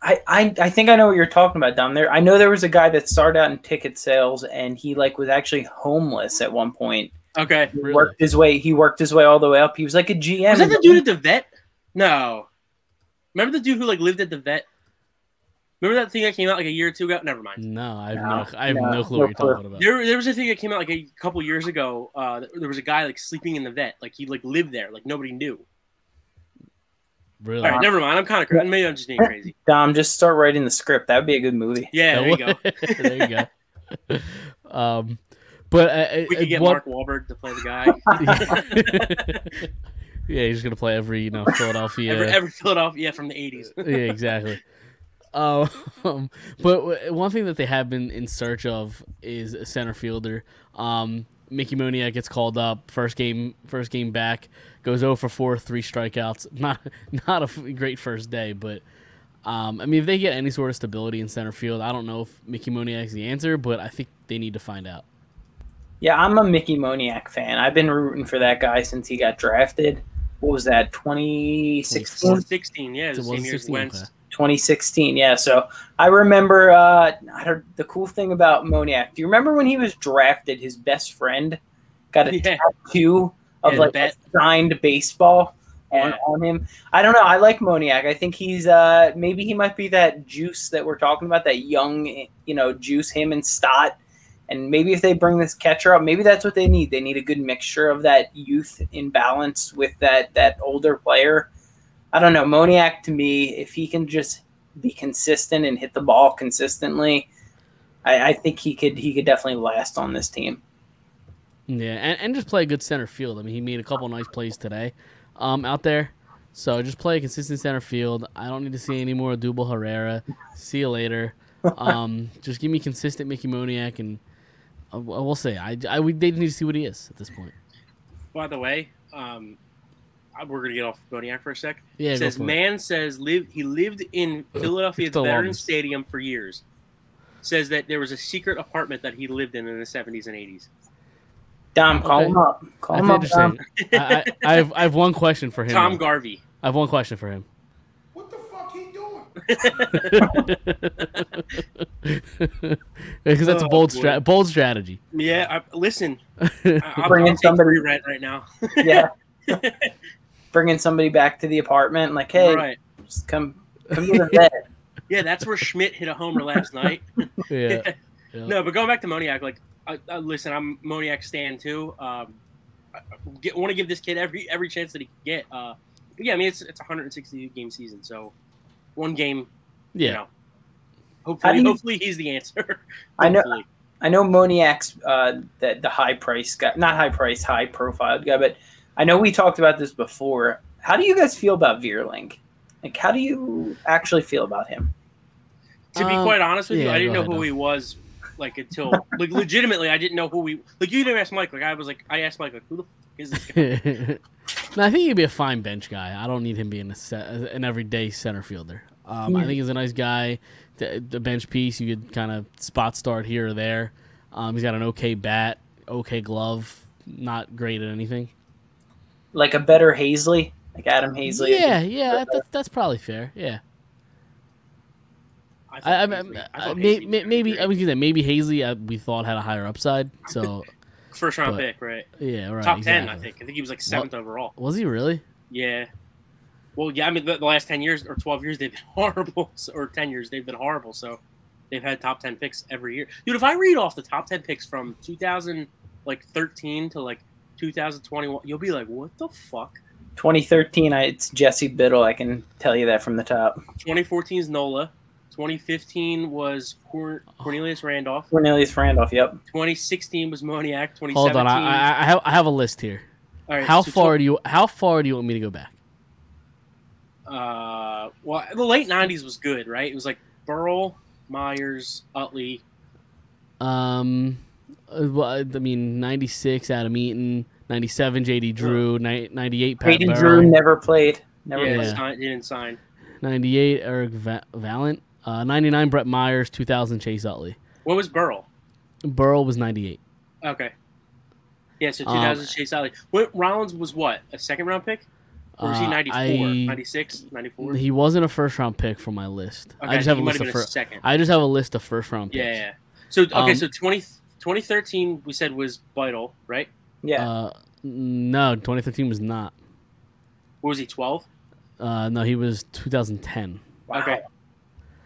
D: I, I, I think I know what you're talking about down there. I know there was a guy that started out in ticket sales and he like was actually homeless at one point
C: Okay.
D: He
B: Really?
D: worked his way. He worked his way all the way up. He was like a GM.
C: Was that the dude at the vet? No. Remember the dude who like lived at the vet? Remember that thing that came out like a year or two ago? Never mind.
B: No, I have
D: No,
B: no, I have
D: no,
B: no, clue what
D: no
B: you're
D: clue.
B: talking about.
C: There, there was a thing that came out like a couple years ago. Uh, there was a guy like sleeping in the vet, like he like lived there, like nobody knew.
B: really?
C: All
B: Uh-huh.
C: right, never mind. I'm kind of crazy. Maybe I'm just being crazy.
D: Dom, just start writing the script. That would be a good movie.
C: Yeah, there you go.
B: there you go. um, but I, I,
C: We could get
B: what,
C: Mark Wahlberg to play the guy.
B: yeah, he's gonna play every you know Philadelphia.
C: Every, every Philadelphia, yeah, from the '80s.
B: yeah, exactly. Um, but w- one thing that they have been in search of is a center fielder. Um, Mickey Moniak gets called up first game, first game back, goes 0 for 4, three strikeouts. Not not a f- great first day, but um, I mean, if they get any sort of stability in center field, I don't know if Mickey Moniak's the answer, but I think they need to find out.
D: Yeah, I'm a Mickey Moniak fan. I've been rooting for that guy since he got drafted. What was that? 2016.
C: 16, yeah, the
B: It
C: same
B: was
C: year as
B: 16,
C: Wentz.
B: okay.
D: 2016. Yeah. So I remember uh, I heard the cool thing about Moniac. Do you remember when he was drafted? His best friend got a
C: Yeah.
D: tattoo of
C: Yeah,
D: like
C: that-
D: a signed baseball on,
C: Yeah.
D: on him. I don't know. I like Moniac. I think he's uh, maybe he might be that juice that we're talking about. That young, you know, juice him and Stott. And maybe if they bring this catcher up, maybe that's what they need. They need a good mixture of that youth in balance with that that older player. I don't know. Moniac to me, if he can just be consistent and hit the ball consistently, I, I think he could he could definitely last on this team.
B: Yeah, and, and just play good center field. I mean, he made a couple nice plays today um, out there. So just play a consistent center field. I don't need to see any more Double Herrera. See you later. Um, just give me consistent Mickey Moniak, and uh, I, I will say I, I we they need to see what he is at this point.
C: By the way, um, I- we're gonna get off Bodiac for a sec.
B: Yeah, go
C: says
B: for it. Uh,
C: man says live he lived in Philadelphia's
B: Still on
C: Veterans
B: this.
C: Stadium for years. Says that there was a secret apartment that he lived in in the 70s and 80s.
D: Dom, call
B: Okay.
D: him up. Call
B: That's
D: him up. Dom.
B: interesting. I, I, I have I have one question for him.
C: Tom
B: though.
C: Garvey.
B: I have one question for him.
E: What the fuck he doing?
B: Because that's a
C: Oh,
B: bold
C: boy.
B: strat bold strategy.
C: Yeah, I, listen, I, I'm,
D: Bringing
C: I'm taking
D: somebody-
C: free rent right now.
D: Yeah. Bringing somebody back to the apartment, like, hey,
C: Right.
D: just come come to the vet.
C: Yeah, that's where Schmidt hit a homer last night.
B: Yeah. Yeah.
C: No, but going back to Moniac, like, I, I, listen, I'm Moniac stan too. Um, I want to give this kid every every chance that he can get. Uh, but yeah, I mean it's it's a 162 game season, so one game,
B: yeah.
C: you know.
D: do
C: Hopefully,
D: you-
C: hopefully he's the answer.
D: I know-
C: Hopefully.
D: I know Moniac's uh, the, the high price guy, not high price, high profiled guy, but I know we talked about this before. How do you guys feel about Veerling? Like, how do you actually feel about him?
C: To be
B: Um,
C: quite honest with you,
B: yeah,
C: I didn't
B: go
C: know
B: ahead,
C: who
B: Dom.
C: he was, like until like legitimately, I didn't know who he like. You didn't ask Mike. Like I was like, I asked Mike, like, who the fuck is this guy?
B: no, I think he'd be a fine bench guy. I don't need him being a se- an everyday center fielder. Um, I think he's a nice guy. The, the bench piece, you could kind of spot start here or there. Um, he's got an okay bat, okay glove, not great at anything.
D: Like a better Hazley, like Adam Hazley?
B: yeah, yeah, that, that, that's probably fair. Yeah, I,
C: I,
B: I,
C: thought Hazley-
B: I,
C: I thought
B: may,
C: Hazley was
B: may-
C: gonna be
B: maybe
C: great.
B: I was gonna say maybe Hazley uh, we thought had a higher upside. So
C: first round
B: but-
C: pick, right?
B: yeah, right.
C: Top ten, I
B: exactly.
C: think. I think he was like seventh overall.
B: Was he really?
C: Yeah. Well, yeah. I mean, the, the last ten years or twelve years, they've been horrible. so- Or ten years, they've been horrible. So they've had top ten picks every year, dude. If I read off the top ten picks from 2000, like 13 to like 2021, you'll be like, what the fuck?
D: 2013, I, it's Jesse Biddle. I can tell you that from the top.
C: 2014 is Nola. 2015 was Cor-
B: Oh.
C: Cornelius Randolph.
D: Cornelius Randolph, yep.
C: 2016 was Moniac. 2017.
B: Hold on, I, I, I have I have a list here.
C: all right,
B: how
C: so tw-
B: far do you how far do you want me to go back?
C: uh, well, the late 90s was good, right? It was like Burl, Myers, Utley.
B: Um, uh, well, I I mean, 96 Adam Eaton, 97 JD Drew, ni- 98 Pat
D: Peyton
B: Burrow,
D: Drew never played. Never
C: Yeah,
D: played.
B: Yeah.
C: Sign, didn't sign.
B: 98 Eric Va- Vallant, uh, 99 Brett Myers, 2000 Chase Utley.
C: What was Burl?
B: Burrow was 98.
C: Okay. Yeah, so
B: Um,
C: 2000 Chase Alley. What Rollins was what? A second round pick? Or was he
B: Uh,
C: 94,
B: I-
C: 96, 94?
B: He wasn't a first round pick for my list.
C: Okay,
B: I just have
C: he
B: a
C: might
B: list
C: been
B: of
C: a
B: first.
C: second.
B: I just have a list of first round picks.
C: Yeah. yeah. So okay,
B: Um,
C: so 20, 2013 we said was vital, right?
D: Yeah.
B: Uh, no, 2013 was not.
C: What was he? Twelve?
B: Uh, no, he was 2010.
C: Okay.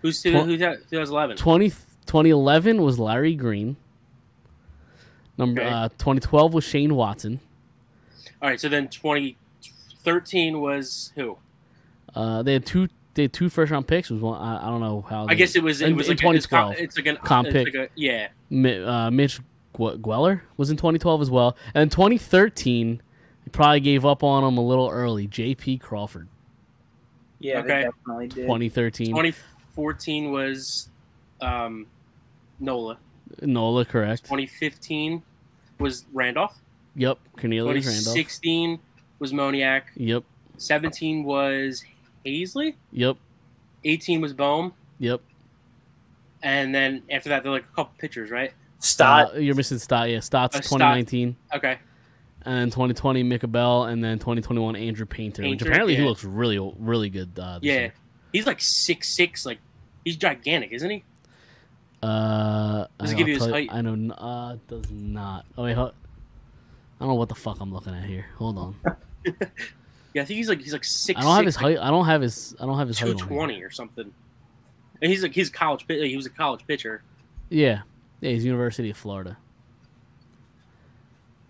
C: Who's two,
B: Twen-
C: who's that? 2011?
B: 20, 2011 was Larry Green. Number
C: Okay.
B: uh, 2012 was Shane Watson.
C: All right. So then 2013 was who?
B: Uh, they had two. They had two first round picks. It Was one? I, I don't know how.
C: I guess it was. It
B: Mm. in,
C: was
B: in
C: like a- it's com-
B: 2012.
C: It's like an
B: Comp
C: it's
B: pick.
C: like a- yeah.
B: Mi- uh, Mitch Gwe- Gweller was in 2012 as well, and in 2013, he probably gave up on him a little early. J.P. Crawford,
D: yeah,
C: okay.
D: they definitely did.
B: 2013.
C: 2014 was um, Nola.
B: Nola, correct.
C: 2015 was Randolph.
B: Yep, Cornelius Randolph.
C: 2016 was Moniac.
B: Yep,
C: 17 was Hazley.
B: yep,
C: 18 was Bohm.
B: yep.
C: And then after that, they're like a couple pitchers, right?
D: Stott.
B: Uh, you're missing Stott. Yeah, Stott's
C: Uh, Stott.
B: 2019,
C: Okay.
B: and then 2020 Micah Bell, and then 2021 Andrew Painter, which
C: Painter,
B: apparently he
C: yeah.
B: looks really, really good. Uh, this
C: Yeah.
B: year.
C: He's like six six. Like he's gigantic, isn't he?
B: Uh,
C: Does
B: I-
C: it give
B: I'll
C: you his
B: tell
C: height?
B: I know. n- Uh, it does not. Oh wait, ho- I don't know what the fuck I'm looking at here. Hold on.
C: Yeah, I think he's like he's like six.
B: I don't have his height. I don't have his. I don't have his height. on
C: Two
B: here.
C: twenty or something. And he's like he's a college. pi- He was a college pitcher.
B: Yeah, yeah. He's University of Florida.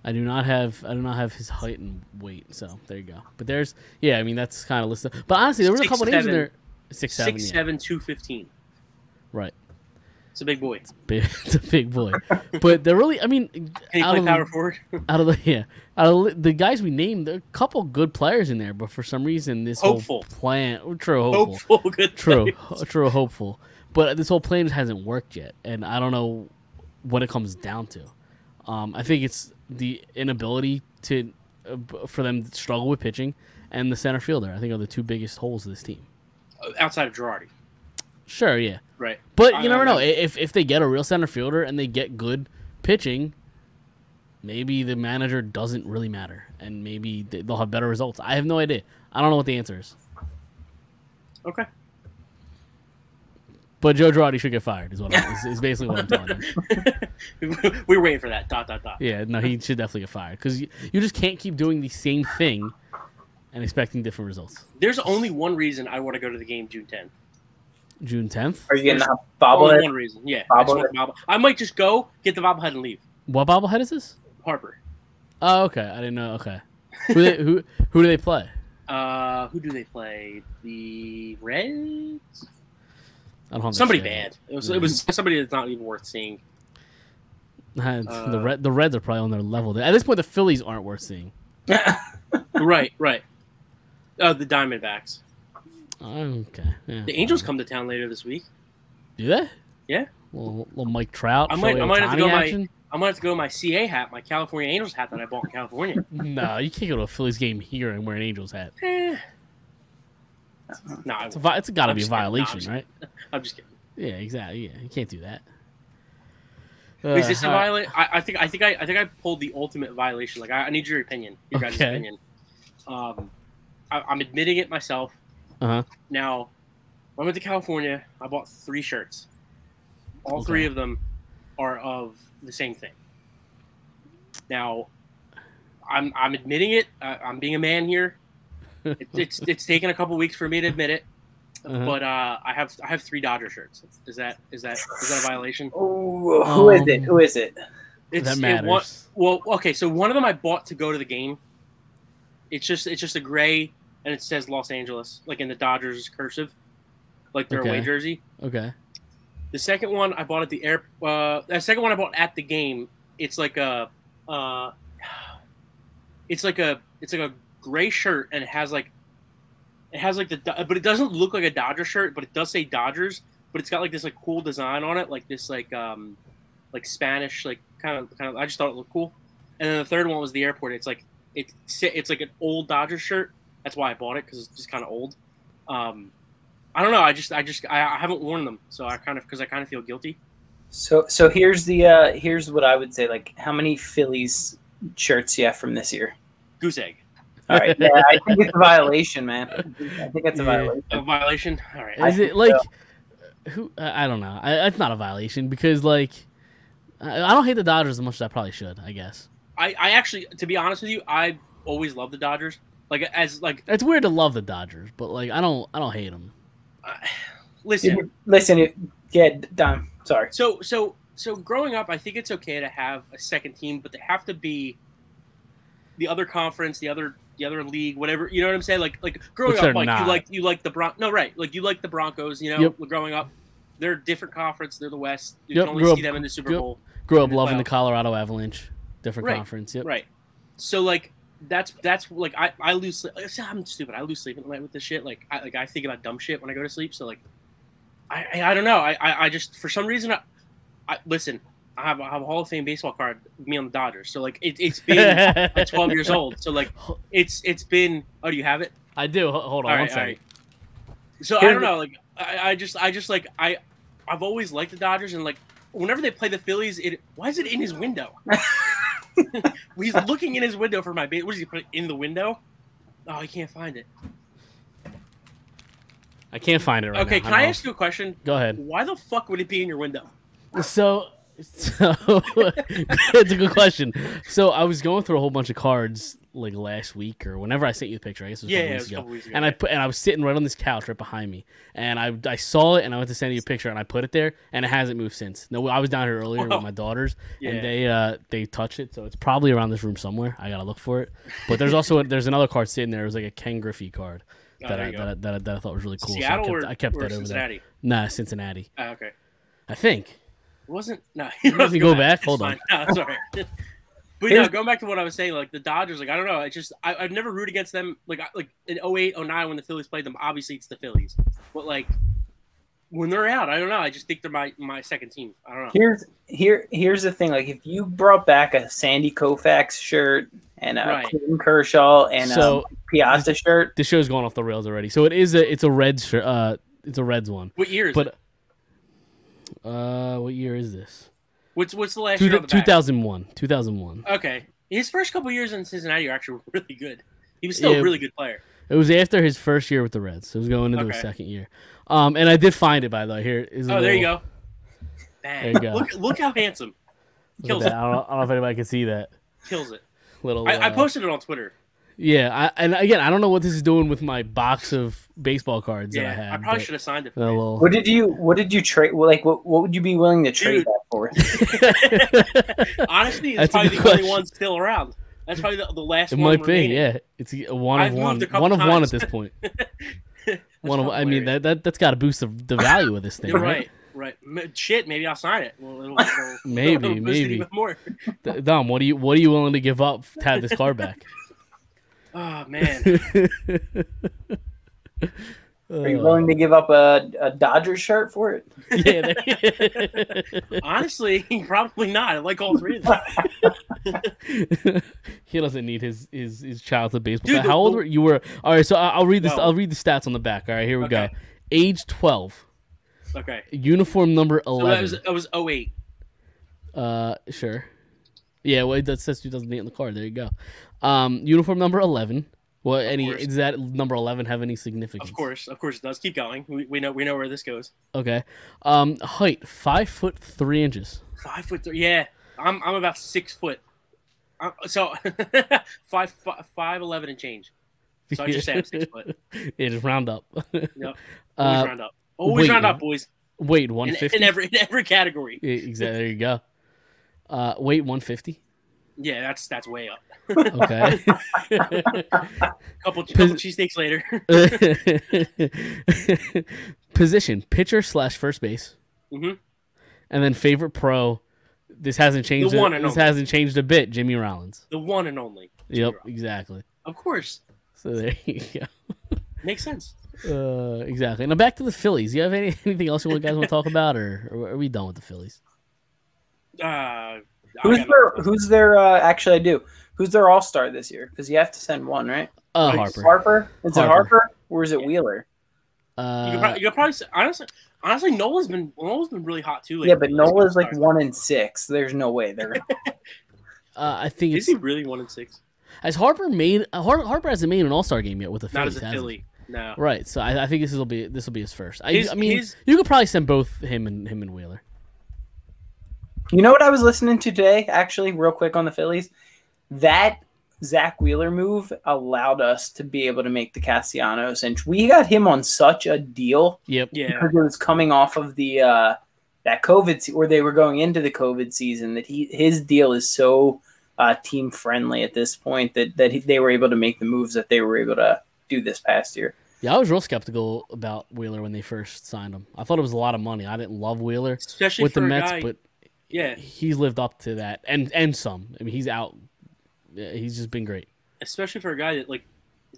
B: I do not have. I do not have his height and weight. So there you go. But there's. Yeah, I mean that's kind of listed. But honestly, there was a
C: Six,
B: couple names in
C: seven.
B: there. Six seven.
C: Six
B: yeah.
C: seven two fifteen.
B: Right.
C: It's a big boy.
B: Big, it's a big boy. but they're really. I mean,
C: Can he
B: out
C: play
B: of,
C: power forward?
B: out of the yeah, out of the- the guys we named, there are a couple good players in there. But for some reason, this
C: Hopeful.
B: whole plan. oh, True hopeful.
C: Hopeful. Good.
B: True,
C: player.
B: true, hopeful. But this whole plan just hasn't worked yet, and I don't know what it comes down to. Um, I think it's the inability to uh, b- for them to struggle with pitching and the center fielder. I think are the two biggest holes of this team.
C: Outside of Girardi,
B: Sure, yeah,
C: right?
B: but
C: I
B: you never
C: don't
B: know. I- If if they get a real center fielder and they get good pitching, maybe the manager doesn't really matter, and maybe they- they'll have better results. I have no idea. I don't know what the answer is.
C: Okay.
B: But Joe Girardi should get fired. Is what I'm, is, is basically what I'm telling you.
C: we were waiting for that. Dot dot dot.
B: Yeah, no, he should definitely get fired because you, you just can't keep doing the same thing and expecting different results.
C: There's only one reason I want to go to the game June 10th.
B: June tenth.
D: Are you getting a
C: Only
D: bobblehead?
C: one reason. Yeah. I, just want the bobble- I might just go get the bobblehead and leave.
B: What bobblehead is this?
C: Harper.
B: Oh, okay. I didn't know. Okay, who they, who who do they play?
C: Uh, who do they play? The Reds.
B: I don't have their
C: Somebody
B: schedule.
C: bad. It was, it was somebody that's not even worth seeing.
B: the
C: Uh,
B: red the Reds are probably on their level. At this point, the Phillies aren't worth seeing.
C: right. Right. Uh, the Diamondbacks.
B: Okay. Yeah.
C: The Angels come to town later this week.
B: Do they?
C: Yeah.
B: Little, little Mike Trout.
C: I might-
B: Shohei
C: I might have to go
B: Ohtani
C: my-
B: action?
C: I'm gonna have to go with my CA hat, my California Angels hat that I bought in California.
B: No, you can't go to a Phillies game here and wear an Angels hat.
C: eh. No, I
B: It's, a,
C: won't.
B: vi- it's got to
C: I'm
B: be a
C: just kidding. No, I'm
B: violation,
C: just
B: right?
C: I'm just kidding.
B: Yeah, exactly. Yeah, you can't do that.
C: Is
B: Uh,
C: this a
B: all right.
C: violation? I, I think I think I, I think I pulled the ultimate violation. Like I, I need your opinion, your guys'
B: Okay.
C: opinion. Um, I, I'm admitting it myself.
B: Uh-huh.
C: Now, when I went to California, I bought three shirts. All
B: Okay.
C: three of them are of the same thing. Now, I'm I'm admitting it. I, I'm being a man here. It, it's it's taken a couple weeks for me to admit it,
B: Uh-huh.
C: but uh, I have I have three Dodger shirts. Is that is that is that a violation?
D: Ooh, who is it?
B: Um,
D: Who is it?
C: It's,
B: that
C: it wa-
B: matters.
C: well, okay, so one of them I bought to go to the game. It's just it's just a gray, and it says Los Angeles, like in the Dodgers cursive, like their away
B: Okay.
C: jersey.
B: Okay.
C: The second one I bought at the air. Uh, the second one I bought at the game. It's like a, uh, it's like a it's like a gray shirt, and it has like, it has like the Do- but it doesn't look like a Dodger shirt, but it does say Dodgers. But it's got like this like cool design on it, like this like um, like Spanish like kind of kind of. I just thought it looked cool. And then the third one was the airport. It's like it's it's like an old Dodger shirt. That's why I bought it because it's just kind of old. Um, I don't know. I just, I just, I, I haven't worn them, so I kind of, because I kind of feel guilty.
D: So so here's the uh here's what I would say. Like, how many Phillies shirts you have from this year?
C: Goose egg,
D: All right, yeah, I think it's a violation, man. I think it's a
B: Yeah.
D: violation.
C: a violation. All right.
D: I
B: Is it
D: think
B: like
C: uh,
B: who? I I don't know. I, it's not a violation because like I, I don't hate the Dodgers as much as I probably should. I guess
C: I, I actually, to be honest with you, I always loved the Dodgers. Like as like,
B: It's weird to love the Dodgers, but like I don't I don't hate them.
C: listen,
D: Listen, it, yeah, Don. Sorry.
C: So so so growing up, I think it's okay to have a second team, but they have to be the other conference, the other the other league, whatever. You know what I'm saying? Like like growing
B: Which they're
C: up, like
B: not.
C: you like you like the Bron. No, right? Like you like the Broncos. You know, growing up, they're a different conference. They're the West. You
B: Yep,
C: can only
B: grew
C: see
B: up-
C: them in the Super
B: yep.
C: Bowl.
B: Grew up
C: And the
B: loving the
C: playoffs.
B: Colorado Avalanche, different
C: Right,
B: conference. Yep.
C: Right. So like that's that's like I I lose sleep. I'm stupid. I lose sleep at night with this shit. Like I like I think about dumb shit when I go to sleep. So like I I, I don't know. I, I I just for some reason I, I listen. I have, I have a Hall of Fame baseball card with me on the Dodgers. So like it, it's been like 12 years old. So like it's it's been. Oh, do you have it?
B: I do. Ho- Hold on
C: All
B: one
C: right,
B: second.
C: all right. So I
D: Here's
C: don't
D: the-
C: know. Like I, I just I just like I I've always liked the Dodgers and like whenever they play the Phillies, it why is it in his window? He's looking in his window for my base. What does he put it in the window? Oh, I can't find it.
B: I can't find it right now.
C: okay, can
B: don't
C: I
B: know.
C: ask you a question?
B: Go ahead.
C: Why the fuck would it be in your window?
B: So, so that's a good question. So I was going through a whole bunch of cards like last week or whenever I sent you the picture. I guess it was a
C: Yeah,
B: couple
C: yeah, it
B: weeks
C: was a
B: ago.
C: couple weeks ago,
B: And I
C: yeah.
B: put and I was sitting right on this couch right behind me, and I I saw it and I went to send you a picture and I put it there and it hasn't moved since. No, I was down here earlier
C: Wow.
B: with my daughters
C: Yeah.
B: and they uh they touched it, so it's probably around this room somewhere. I gotta look for it. But there's also a, there's another card sitting there. It was like a Ken Griffey card.
C: Oh,
B: That
C: there
B: I,
C: you go.
B: that, I, that, I, that I thought was really cool.
C: Seattle
B: so I kept,
C: or,
B: I kept
C: or
B: that over
C: Cincinnati?
B: there. Nah, Cincinnati.
C: Ah, okay,
B: I think.
C: it wasn't no.
B: You want me to go back? Hold on.
C: sorry. But no,
D: Here's-
C: going back to what I was saying, like the Dodgers, like I don't know, I just I, I've never rooted against them. Like I- like in 08, 09 when the Phillies played them, obviously it's the Phillies. But like when they're out, I don't know. I just think they're my my second team. I don't know.
D: Here's here here's the thing. Like, if you brought back a Sandy Koufax shirt and a
C: Right.
D: Clayton Kershaw and
B: So-
C: um,
D: a Piazza shirt,
B: this show's going off the rails already. So it is a it's a Reds shirt. Uh, it's a Reds one.
C: What year is it?
B: But uh, what year is this?
C: What's what's the last year?
B: Two
C: on the back?
B: thousand one. Two thousand one.
C: Okay, his first couple years in Cincinnati are actually really good. He was still
B: Yeah.
C: a really good player.
B: It was after his first year with the Reds. So it was going into his
C: Okay.
B: second year. Um, and I did find it by the way. Here is. a
C: Oh, there you
B: little-
C: go. Bang.
B: There you go.
C: Look look how handsome.
B: look
C: Kills
B: at that.
C: it.
B: I, don't, know- I don't know if anybody can see that
C: Kills it.
B: little.
C: I, I
B: uh,
C: posted it on Twitter.
B: Yeah, I, and again, I don't know what this is doing with my box of baseball cards
C: Yeah,
B: that I had.
C: I probably
B: but
C: should have signed it.
B: that little-
D: what did you what did you trade? Well, like, what what would you be willing to
C: Dude.
D: trade that for?
C: Honestly, it's
B: That's a
C: probably the
B: good
C: only
B: question.
C: one still around. That's probably the, the last
B: It
C: one.
B: might be,
C: remaining.
B: yeah. It's a one of
C: I've moved
B: one,
C: a couple
B: one of one at
C: times.
B: this point. one of,
C: fucking
B: I mean,
C: hilarious.
B: that that that's got to boost the, the value of this thing,
C: You're
B: right?
C: right. Right. M- Shit, maybe I'll sign it. Well, it'll, it'll,
B: Maybe,
C: it'll boost it
B: maybe.
C: even more.
B: Th- Dom, what do you what are you willing to give up to have this car back?
C: Oh man,
D: Are
B: Oh.
D: you willing to give up a, a Dodger shirt for it?
B: yeah, they-
C: honestly, probably not. I like all three of them.
B: he doesn't need his his, his childhood baseball.
C: Dude,
B: bat.
C: the-
B: How old
C: the-
B: were you? Were all right. So I- I'll read this.
C: No.
B: I'll read the stats on the back. All right, here we go.
C: Okay.
B: Age twelve,
C: Okay.
B: uniform number
C: So that
B: eleven.
C: was that was 08.
B: Uh, sure. Yeah, well, that says 2008 on the card. There you go. Um, uniform number 11. Well, any
C: course.
B: does that number 11 have any significance?
C: Of course, of course it does. Keep going. We, we know we know where this goes.
B: Okay. Um, height five foot three inches.
C: Five foot three. Yeah, I'm I'm about six foot. I'm, so five, five five eleven and change. So I just said I'm six foot.
B: Yeah, just round up.
C: Yep. Always
B: uh,
C: round up. Always
B: wait,
C: round
B: uh,
C: up, boys.
B: weight
C: In,
B: 150.
C: in every in every category.
B: Yeah, E, exactly. There you go. Uh, weight 150.
C: Yeah, that's that's way up.
B: Okay.
C: Couple couple cheesesteaks later.
B: Position pitcher slash first base.
C: Mhm.
B: And then favorite pro. This hasn't changed.
C: The
B: a-
C: one and
B: this
C: only.
B: hasn't changed a bit. Jimmy Rollins.
C: the one and only.
B: Yep,
C: Rollins.
B: exactly.
C: Of course,
B: So there you
C: makes sense.
B: go. Uh, exactly. Now back to the Phillies. You have any, anything else you want- guys want to talk about, or, or are we done with the Phillies?
C: Uh, I
D: Who's
C: got
D: their who's their uh, actually I do. Who's their all star this year? Because you have to send one, right?
B: Uh,
C: Like
B: Harper.
D: Harper? Is it
B: Harper.
D: Harper or is it Wheeler?
C: You
B: Uh,
C: could probably, you could probably say, honestly, honestly, Nola's been Nola's been really hot too. Lately.
D: Yeah, but
C: He's been
D: Nola's like
C: starting.
D: one in six. There's no way they're
B: uh, I think
C: Is
B: it's
C: he really one and six?
B: has Harper made uh, Har- Harper hasn't made an All Star game yet with the
C: Not
B: Phillies.
C: as a
B: has he?
C: Philly. No.
B: Right. So I, I think this will be this will be his first. I,
C: His-
B: I mean,
C: his-
B: you could probably send both him and him and Wheeler.
D: You know what I was listening to today, actually, real quick on the Phillies? that Zach Wheeler move allowed us to be able to make the Castellanos, and we got him on such a deal
B: Yep.
C: Yeah.
D: because it was coming off of the uh, that COVID se- or they were going into the COVID season that he his deal is so uh, team friendly at this point that that he, they were able to make the moves that they were able to do this past year.
B: Yeah, I was real skeptical about Wheeler when they first signed him. I thought it was a lot of money. I didn't love Wheeler
C: Especially
B: with
C: for
B: the
C: a
B: Mets,
C: guy.
B: but
C: yeah.
B: he's lived up to that and and some. I mean, he's out. yeah, He's just been great.
C: especially for a guy that like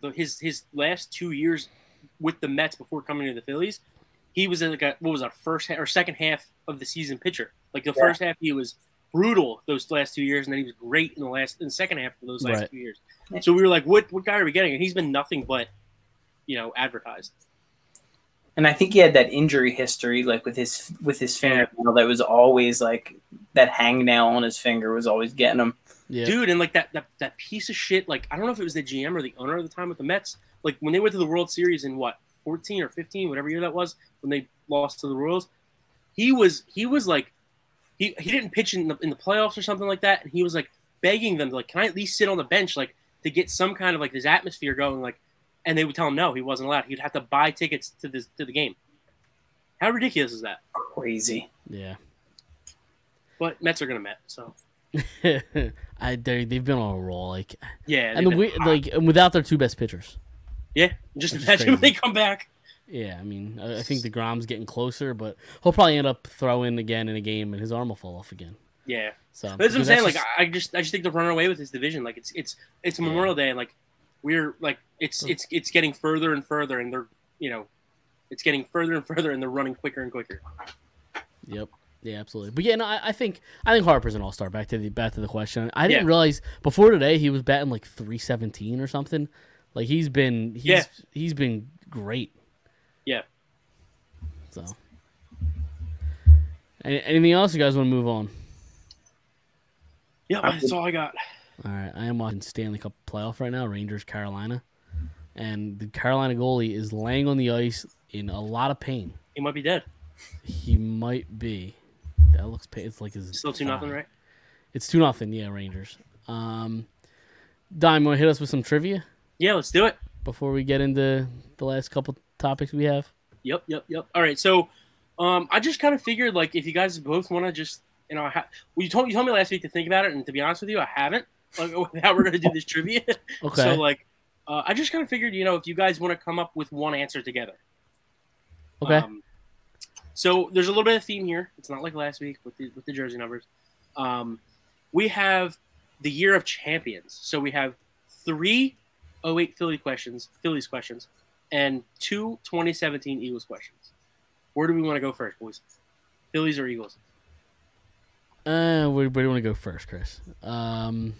C: the, his his last two years with the Mets before coming to the Phillies, he was like a, what was a first half, or second half of the season pitcher. Like the
D: Yeah.
C: first half he was brutal those last two years, and then he was great in the last in the second half of those last
B: Right.
C: two years. So we were like, what what guy are we getting? And he's been nothing but you know advertised.
D: and I think he had that injury history, like with his with his fingernail that was always like that hangnail on his finger was always getting him.
B: Yeah.
C: dude and like that, that that piece of shit like i don't know if it was the gm or the owner at the time with the mets like when they went to the world series in what 14 or 15 whatever year that was when they lost to the royals he was he was like he, he didn't pitch in the, in the playoffs or something like that and he was like begging them like can i at least sit on the bench like to get some kind of like this atmosphere going like and they would tell him no he wasn't allowed he'd have to buy tickets to this to the game how ridiculous is that
D: Crazy.
B: Yeah.
C: but mets are gonna met so
B: I they they've been on a roll like
C: yeah
B: and the
C: they've
B: we,
C: been hot.
B: like and without their two best pitchers.
C: yeah just
B: Which is
C: imagine when
B: crazy.
C: they come back
B: Yeah, I mean, I, I think the Grom's getting closer, but he'll probably end up throwing again in a game, and his arm will fall off again.
C: Yeah,
B: So
C: but that's what I'm
B: because
C: saying. Like,
B: just-
C: I I just, I just think they're running away with this division. Like, it's, it's, it's
B: Yeah.
C: Memorial Day, and like, we're like, it's,
B: Mm.
C: it's, it's getting further and further, and they're, you know, it's getting further and further, and they're running quicker and quicker.
B: Yep. Yeah, absolutely. But yeah, no, I, I think I think Harper's an all star. Back to the back to the question. I didn't
C: Yeah.
B: realize before today he was batting like three seventeen or something. Like he's been he's he's been great.
C: Yeah.
B: So. Any, anything else you guys want to move on?
C: Yeah, that's all I got.
B: All right, I am watching Stanley Cup playoff right now. Rangers Carolina, and the Carolina goalie is laying on the ice in a lot of pain.
C: He might be dead.
B: He might be. That looks. Pain. It's like his.
C: Still two nothing,
B: thigh.
C: right?
B: It's two nothing. Yeah, Rangers. Um, Dime, want to hit us with some trivia
C: Yeah, let's do it.
B: before we get into the last couple topics we have?
C: Yep, yep, yep. All right, so, um, I just kind of figured like if you guys both want to just, you know, ha- well, you told you told me last week to think about it, and to be honest with you, I haven't. Like, how we're gonna do this trivia?
B: Okay.
C: So like, uh, I just kind of figured, you know, if you guys want to come up with one answer together.
B: okay.
C: Um, so there's a little bit of theme here. It's not like last week with the, with the jersey numbers. Um, we have the year of champions. So we have three 08 Philly questions, Phillies questions, and two 2017 Eagles questions. Where do we want to go first, boys? Phillies or Eagles?
B: uh, where, where do you want to go first, Chris? Um,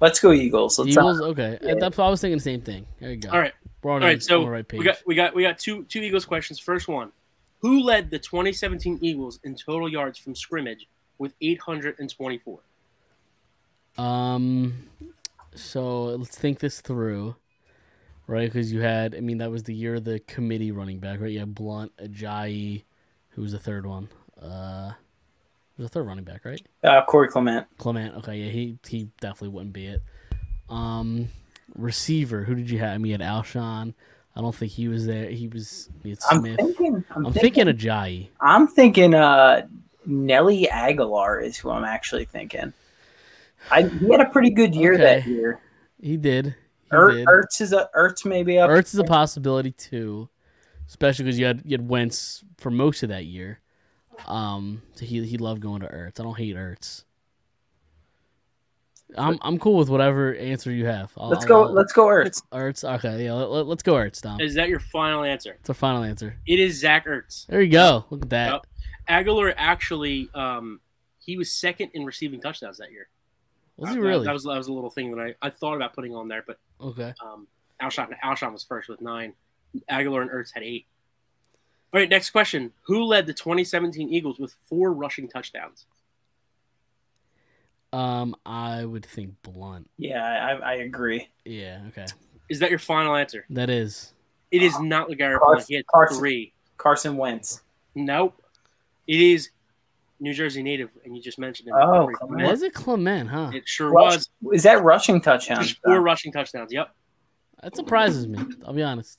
D: Let's go Eagles. Let's not-
B: Eagles. Okay.
D: yeah.
B: That's, I was thinking the same thing. There you go.
C: All right.
B: We're on,
C: All
B: a-
C: right, so
B: on the right page.
C: We got we got we got two two Eagles questions. First one, who led the 2017 Eagles in total yards from scrimmage with 824?
B: Um, so let's think this through, right? Because you had, I mean, that was the year of the committee running back, right? You had Blunt, Ajayi, who was the third one? Uh, was the third running back, right?
D: uh, Corey Clement.
B: Clement. Okay, yeah, he he definitely wouldn't be it. Um, receiver. Who did you have? I mean, you had Alshon. I don't think he was there. He was. You had
D: I'm
B: Smith. I'm thinking,
D: thinking. I'm, thinking.
B: Ajayi.
D: I'm thinking. Uh, Nelly Aguilar is who I'm actually thinking. I he had a pretty good year
B: Okay.
D: that year.
B: He did. He
D: Er,
B: did.
D: Ertz is a, Ertz maybe up.
B: Ertz is a possibility too, especially because you had you had Wentz for most of that year. Um, so he he loved going to Ertz. I don't hate Ertz. I'm I'm cool with whatever answer you have. I'll-
D: Let's go.
B: I'll-
D: Let's go Ertz.
B: Ertz. Okay, yeah, let, us go Ertz, Dom.
C: Is that your final answer?
B: It's our final answer.
C: It is Zach Ertz.
B: There you go. Look at that.
C: Yep. Aguilar actually, um, he was second in receiving touchdowns that year.
B: Was he
C: Uh, that-
B: really?
C: That, was that was a little thing that I, I thought about putting on there, but
B: okay.
C: um, Alshon Alshon was first with nine. Aguilar and Ertz had eight. All right, next question: Who led the 2017 Eagles with four rushing touchdowns?
B: Um, I would think Blunt.
D: Yeah, I, I agree.
B: Yeah. Okay.
C: Is that your final answer?
B: That is.
C: It is not Legarrette
D: Uh, Carson-
C: Blount. He had
D: Carson.
C: three.
D: Carson Wentz.
C: Nope. It is New Jersey native, and you just mentioned him.
D: Oh,
C: Every-
D: come on.
B: Was it Clement? Huh.
C: it sure
D: Rush-
C: was.
D: Is that rushing touchdowns?
C: There's four rushing touchdowns. Yep.
B: That surprises me. I'll be honest.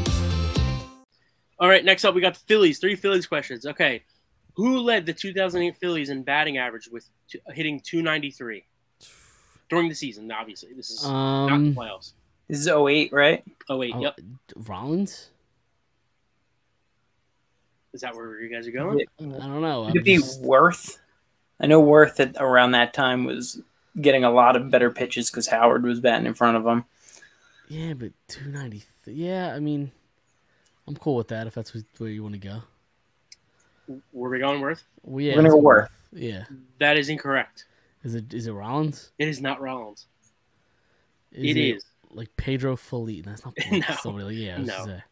C: All right, next up, we got the Phillies. Three Phillies questions. Okay. Who led the 2008 Phillies in batting average with t- hitting 293 during the season? Obviously, this is
B: Um,
C: not playoffs.
D: This is 08, right?
C: Oh, wait.
B: Oh,
C: Yep.
B: Rollins?
C: Is that where you guys are going?
B: I don't know.
D: Could
B: I'm
D: it be
B: just-
D: Worth? I know Worth at, around that time was getting a lot of better pitches because Howard was batting in front of him.
B: yeah, but 293. Yeah, I mean, I'm cool with that if that's wh- where you want to go.
C: Where we going, Worth?
B: Well, yeah,
D: We're gonna
B: let's
D: go
B: go
D: Worth.
B: with- Yeah.
C: That is incorrect.
B: Is it is it Rollins?
C: It is not Rollins.
B: Is
C: it is.
B: Like Pedro Felipe. That's not Felipe.
C: No.
B: somebody like, yeah, I was
C: No.
B: gonna say.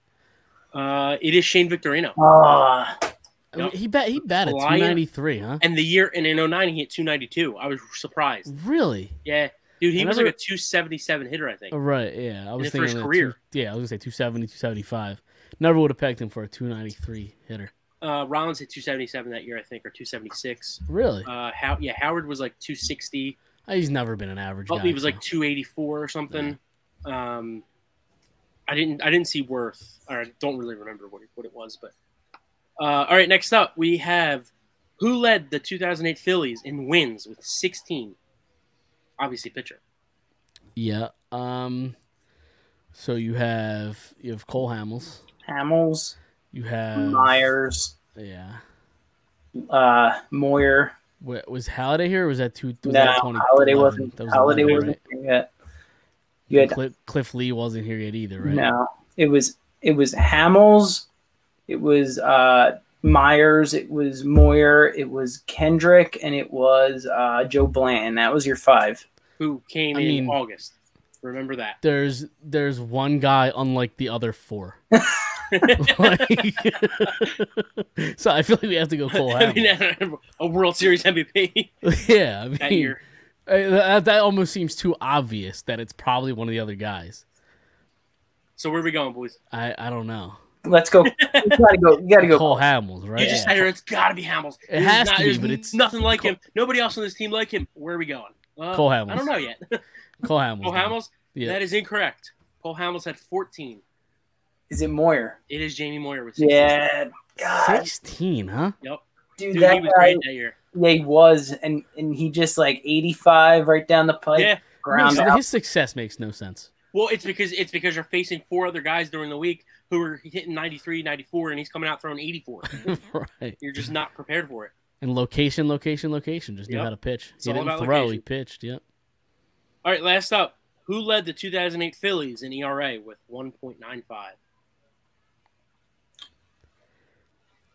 C: Uh, it is Shane Victorino.
D: Ah,
B: I mean,
C: Yep.
B: he bet he batted
C: Flyer.
B: 293, huh?
C: And the year and in 09, he hit 292. I was surprised.
B: Really?
C: Yeah. Dude, he
B: I
C: was
B: never-
C: like a 277 hitter, I think.
B: Oh, Right, yeah. I was
C: his
B: thinking
C: first
B: like
C: career.
B: Two, yeah, I was gonna say 270, 275. Never would have pegged him for a 293 hitter.
C: Uh, Rollins hit 277 that year, I think, or 276.
B: Really? Oh,
C: Uh, How- yeah, Howard was like 260.
B: He's never been an average guy.
C: Butley was
B: so-
C: like 284 or something. Um, I didn't I didn't see Worth. Or I don't really remember what it, what it was, but uh, all right. Next up, we have who led the 2008 Phillies in wins with 16. Obviously, pitcher.
B: Yeah. Um. So you have you have Cole Hamels.
D: Hamels,
B: You have
D: Myers,
B: Yeah.
D: uh, Moyer.
B: Wa- was Halliday here? Or was that two? Was
D: No,
B: that 20,
D: Holiday
B: 11?
D: wasn't.
B: That was
D: Holiday
B: 11,
D: wasn't
B: right?
D: here yet. You had
B: Cliff, Cliff Lee wasn't here yet either, right?
D: No, it was it was Hamels, it was uh, Myers, it was Moyer, it was Kendrick, and it was uh, Joe Bland. That was your five.
C: who came
B: I
C: in
B: mean-
C: August. Remember that.
B: There's there's one guy unlike the other four. Like- so I feel like we have to go Cole
C: I
B: Hamels.
C: mean, a World Series MVP
B: yeah, I mean,
C: that year.
B: I- that, that almost seems too obvious that it's probably one of the other guys.
C: So where are we going, boys?
B: I I don't know.
D: Let's go. you gotta go. You gotta go.
B: Cole Hamels, right?
C: You just
B: Yeah.
C: said it's got to be Hamels.
B: It
C: There's
B: has
C: not-
B: to be,
C: there's
B: but it's-
C: nothing like him. Nobody else on this team like him. Where are we going? Uh,
B: Cole
C: I
B: Hamels.
C: don't know yet.
B: Cole Hamels.
C: Cole
B: man.
C: Hamels.
B: Yeah.
C: That is incorrect. Cole Hamels had 14.
D: Is it Moyer?
C: It is Jamie Moyer with 16.
D: Yeah. God,
B: 16, huh?
C: Yep.
D: dude,
C: Dude, he
D: that
C: was
D: guy.
C: great that year.
D: Yeah, he was, and and he just like eighty five right down the pipe.
C: Yeah.
D: Ground
B: No,
D: out.
B: his success makes no sense.
C: Well, it's because it's because you're facing four other guys during the week who are hitting 93, 94, and he's coming out throwing 84.
B: right.
C: You're just not prepared for it.
B: And location, location, location. Just knew
C: Yep.
B: how to pitch.
C: It's
B: he
C: all
B: didn't
C: about
B: throw, he
C: location.
B: pitched. Yep.
C: All right, last up. Who led the 2008 Phillies in ERA with 1.95?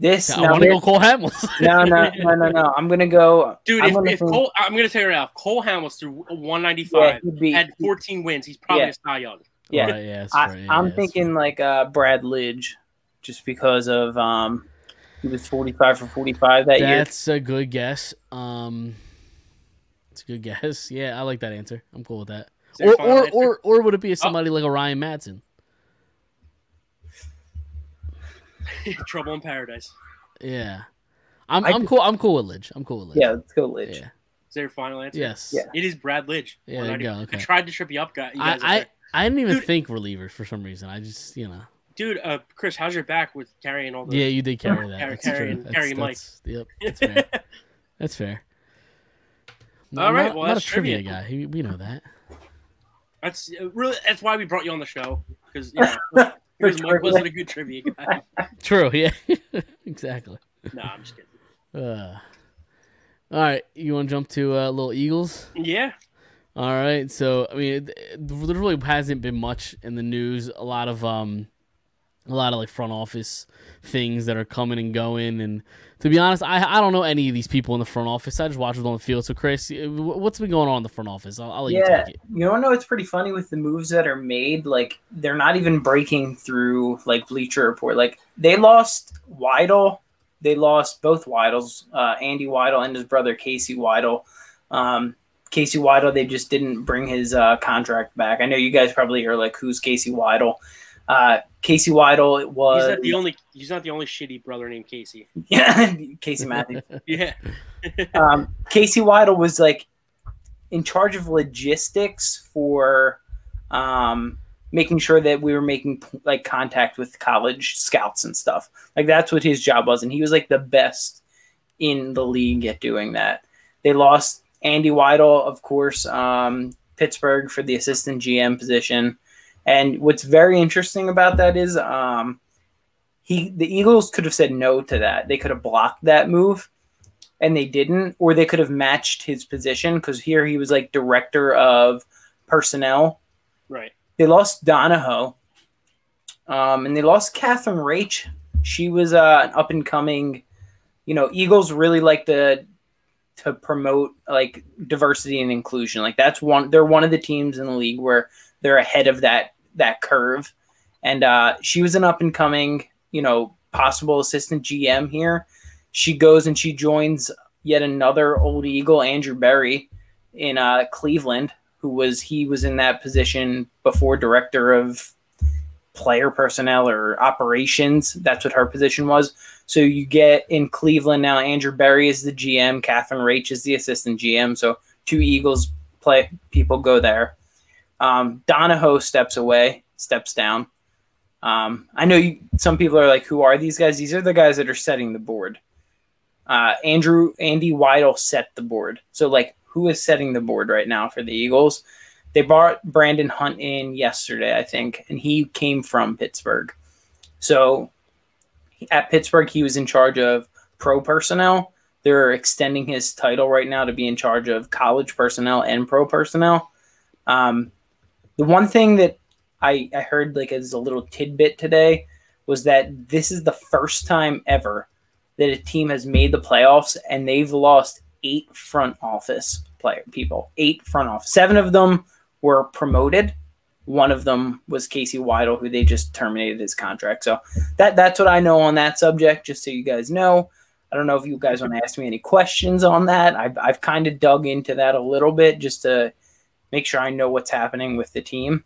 D: This.
B: Yeah, I
D: now
B: want to
D: this-
B: go Cole Hamels.
D: no, no, no, no, no. I'm gonna go.
C: Dude,
D: I'm
C: if,
D: gonna
C: if
D: go-
C: Cole, I'm going to tell you right now, if Cole Hamels threw a
D: yeah,
C: 195,
D: he'd be-
C: had 14 wins, he's probably
D: Yeah.
C: a Cy Young.
D: yeah.
B: Right, yeah, that's
D: I,
B: right, yeah,
D: I'm
B: that's
D: thinking like uh, Brad Lidge, just because of um, he was 45 for 45 that
B: right.
D: year.
B: That's a good guess. Um, it's a good guess. Yeah, I like that answer. I'm cool with that.
C: Is there a
B: Or
C: final
B: or,
C: answer? Oh.
B: or or would it be somebody like a Ryan Matson?
C: Trouble in Paradise.
B: Yeah, I'm
D: I
B: I'm cool. I'm cool with Lidge. I'm cool with Lidge.
D: Yeah, let's go Lidge.
B: Yeah.
C: Is there your final answer?
B: Yes.
D: Yeah.
C: It is Brad Lidge.
B: Yeah, there you
C: 195.
B: go, okay.
C: I tried to trip you up, guy. You guys up
B: I,
C: there.
B: I I didn't even
C: Dude.
B: think relievers for some reason. I just you know.
C: dude, uh, Chris, how's your back with carrying all the?
B: Yeah, you did carry that.
C: Carry-
B: That's
C: carry-
B: true. That's,
C: carry Mike.
B: that's, Yep, that's fair. that's fair. No,
C: All
B: I'm
C: right,
B: not-
C: well,
B: I'm not
C: that's
B: a trivia
C: trivia.
B: guy. He- We know that.
C: That's uh, really that's why we brought you on the show because you know, because Mike wasn't a good trivia guy.
B: True. Yeah. exactly.
C: no, I'm just kidding.
B: Uh, all right, you want to jump to uh, Little Eagles?
C: Yeah,
B: All right, so I mean, it, it, there really hasn't been much in the news. A lot of um, a lot of like front office things that are coming and going. And to be honest, I I don't know any of these people in the front office. I just watch them on the field. So Chris, eh, wh- what's been going on in the front office? I'll, I'll let you
D: yeah,
B: take it.
D: you don't know it's pretty funny with the moves that are made. Like they're not even breaking through like Bleacher Report. Like they lost Weidel, they lost both Weidels, uh, Andy Weidel and his brother Casey Weidel. Um, Casey Weidel, they just didn't bring his uh, contract back. I know you guys probably are like, who's Casey Weidel? Uh, Casey Weidel it
C: he's
D: was
C: not the only he's not the only shitty brother named Casey.
D: yeah, Casey Matthews.
C: Yeah,
D: um, Casey Weidel was like in charge of logistics for um, making sure that we were making like contact with college scouts and stuff. Like that's what his job was, and he was like the best in the league at doing that. They lost Andy Weidel, of course, um, Pittsburgh for the assistant GM position. And what's very interesting about that is um, he the Eagles could have said no to that. They could have blocked that move, and they didn't, or they could have matched his position because here he was like director of personnel.
C: right.
D: They lost Donahoe, um, and they lost Catherine Raich. She was uh, an up and coming. You know, Eagles really like to to promote like diversity and inclusion. Like that's one. They're one of the teams in the league where they're ahead of that that curve. And uh, she was an up and coming, you know, possible assistant GM here. She goes and she joins yet another old Eagle, Andrew Berry, in uh, Cleveland, who was he was in that position before director of player personnel or operations. That's what her position was. So you get in Cleveland now. Andrew Berry is the GM. Catherine Raich is the assistant GM. So two Eagles play people go there. Um, Donahoe steps away, steps down. Um, I know you, some people are like, "Who are these guys?" These are the guys that are setting the board. Uh, Andrew Andy Weidel set the board. So like, who is setting the board right now for the Eagles? They brought Brandon Hunt in yesterday, I think, and he came from Pittsburgh. So at Pittsburgh, he was in charge of pro personnel. They're extending his title right now to be in charge of college personnel and pro personnel. Um, the one thing that I, I heard like as a little tidbit today was that this is the first time ever that a team has made the playoffs and they've lost eight front office player people, eight front office. Seven of them were promoted. One of them was Casey Weidel, who they just terminated his contract. So that that's what I know on that subject. Just so you guys know, I don't know if you guys want to ask me any questions on that. I've I've kind of dug into that a little bit just to make sure I know what's happening with the team.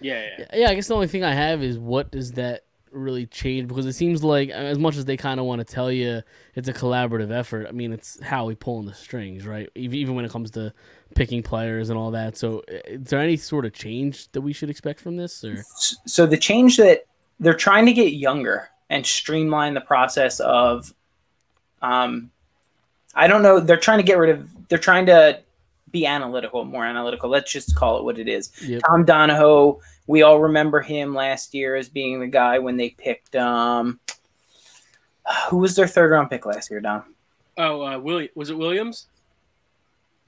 C: Yeah, yeah.
B: Yeah, I guess the only thing I have is what does that really change? Because it seems like uh, as much as they kind of want to tell you it's a collaborative effort. I mean, it's how we pulling the strings, right? Ev- Even when it comes to picking players and all that. So, i- is there any sort of change that we should expect from this? Or
D: so the change that they're trying to get younger and streamline the process of um i don't know they're trying to get rid of they're trying to be analytical more analytical let's just call it what it is
B: Yep.
D: tom donahoe we all remember him last year as being the guy when they picked um who was their third round pick last year don
C: Oh, uh, William was it Williams,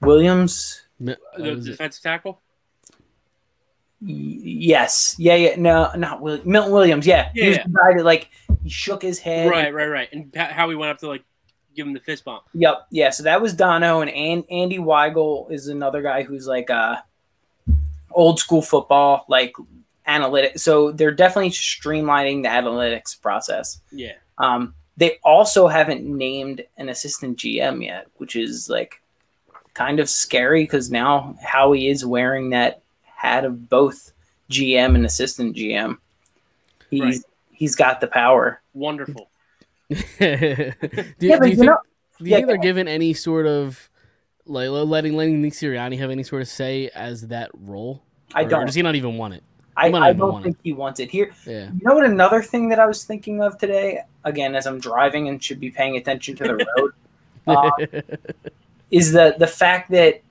D: williams
B: No, that
C: the
B: Uh, was it.
C: defensive tackle?
D: Y- yes yeah yeah no not Will- milton williams yeah, he was
C: Yeah.
D: the guy that like he shook his head
C: Right, right, right. And pa- how we went up to like give him the fist bump.
D: Yep. Yeah. So that was Dono and, and Andy Weigel is another guy who's like uh old school football, like analytic. So they're definitely streamlining the analytics process.
C: Yeah,
D: Um, they also haven't named an assistant GM yet, which is like kind of scary because now Howie is wearing that hat of both GM and assistant GM. He's
C: Right.
D: he's got the power.
C: wonderful.
B: do,
D: Yeah,
B: do
D: but
B: you
D: you
B: think,
D: know-
B: do you
D: yeah,
B: think they're
D: go on.
B: given any sort of like lo- letting letting Nick Sirianni have any sort of say as that role?
D: I
B: Or- Or
D: don't.
B: does he not even want it?
D: I,
B: might not
D: I
B: even
D: don't
B: want
D: think he wants it here.
B: Yeah.
D: You know what? Another thing that I was thinking of today, again, as I'm driving and should be paying attention to the road, uh, is the the fact that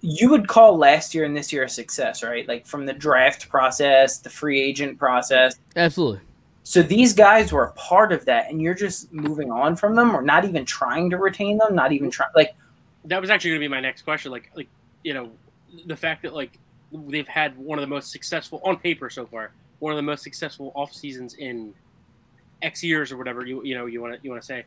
D: you would call last year and this year a success, right? Like from the draft process, the free agent process.
B: Absolutely.
D: So these guys were a part of that, and you're just moving on from them, or not even trying to retain them, not even trying. Like,
C: That was actually going to be my next question. Like, like you know, the fact that like they've had one of the most successful on paper so far, one of the most successful off seasons in X years or whatever you you know you want to you want to say.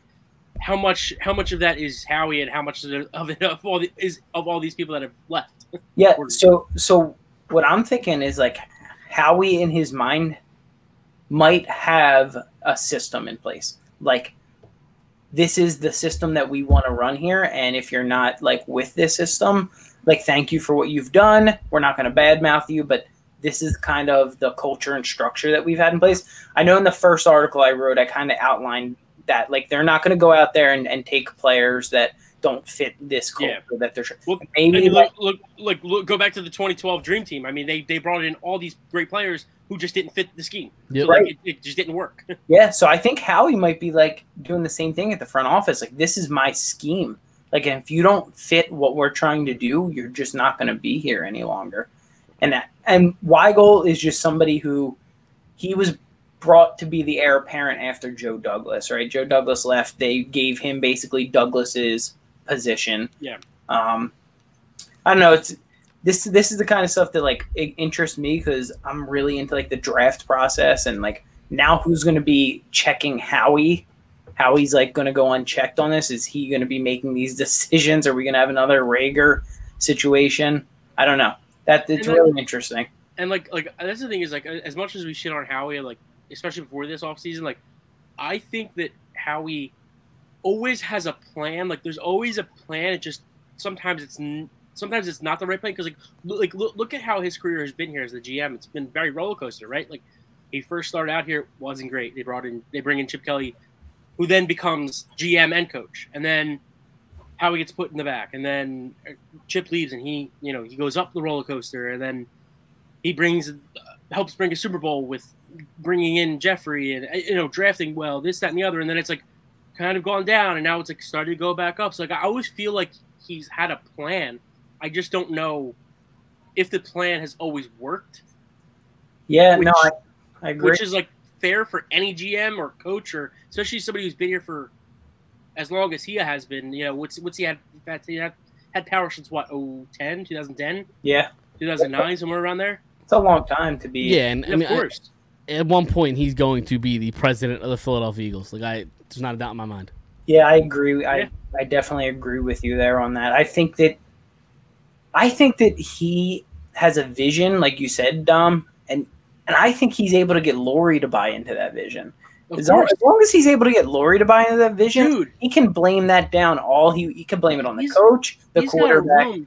C: How much how much of that is Howie and how much of it of, it, of all the, is of all these people that have left?
D: yeah.
C: Or-
D: So, so what I'm thinking is like Howie in his mind might have a system in place, like. This is the system that we want to run here, and if you're not like with this system, like thank you for what you've done. We're not going to badmouth you, but this is kind of the culture and structure that we've had in place. I know in the first article I wrote, I kind of outlined that like they're not going to go out there and, and take players that don't fit this culture
C: Yeah.
D: that they're
C: Well, I
D: maybe
C: mean,
D: like,
C: look, look, look, look, go back to the 2012 Dream Team. I mean, they, they brought in all these great players who just didn't fit the scheme.
B: Yep.
C: So, like,
D: Right.
C: it, it just didn't work.
D: yeah. So I think Howie might be like doing the same thing at the front office. Like this is my scheme. Like if you don't fit what we're trying to do, you're just not going to be here any longer. And that, and Weigel is just somebody who he was brought to be the heir apparent after Joe Douglas, right? Joe Douglas left. They gave him basically Douglas's position.
C: Yeah.
D: Um, I don't know. It's this. This is the kind of stuff that like it interests me because I'm really into like the draft process and like now who's going to be checking Howie? Howie's like going to go unchecked on this. Is he going to be making these decisions? Are we going to have another Rager situation? I don't know. That it's
C: And
D: really interesting.
C: and like like that's the thing is like as much as we shit on Howie like especially before this offseason like I think that Howie always has a plan like there's always a plan it just sometimes it's n- sometimes it's not the right plan because like lo- like look, look at how his career has been here as the GM it's been very roller coaster right like he first started out here wasn't great they brought in they bring in Chip Kelly who then becomes GM and coach and then Howie gets put in the back and then uh, Chip leaves and he you know he goes up the roller coaster and then he brings helps bring a Super Bowl with bringing in Jeffrey and uh, you know drafting well this that and the other and then it's like kind of gone down and now it's like started to go back up so like I always feel like he's had a plan I just don't know if the plan has always worked
D: Yeah, no, I,
C: Which-
D: I agree.
C: which is like fair for any GM or coach or especially somebody who's been here for as long as he has been you know what's what's he had that's he had, had power since what 010 2010
D: yeah,
C: 2009 somewhere around there
D: it's a long time to be.
B: Yeah, and I
C: of
B: mean, I-
C: course
B: at one point he's going to be the president of the Philadelphia Eagles. Like I, there's not a doubt in my mind.
D: Yeah, I agree. I
C: Yeah.
D: I definitely agree with you there on that. I think that I think that he has a vision, like you said, Dom, and and I think he's able to get Lori to buy into that vision.
C: of
D: As long,
C: course
D: as long as he's able to get Lori to buy into that vision,
C: dude
D: he can blame that down all he he can blame it on the
C: He's-
D: coach, the
C: He's Got a
D: quarterback.
C: room,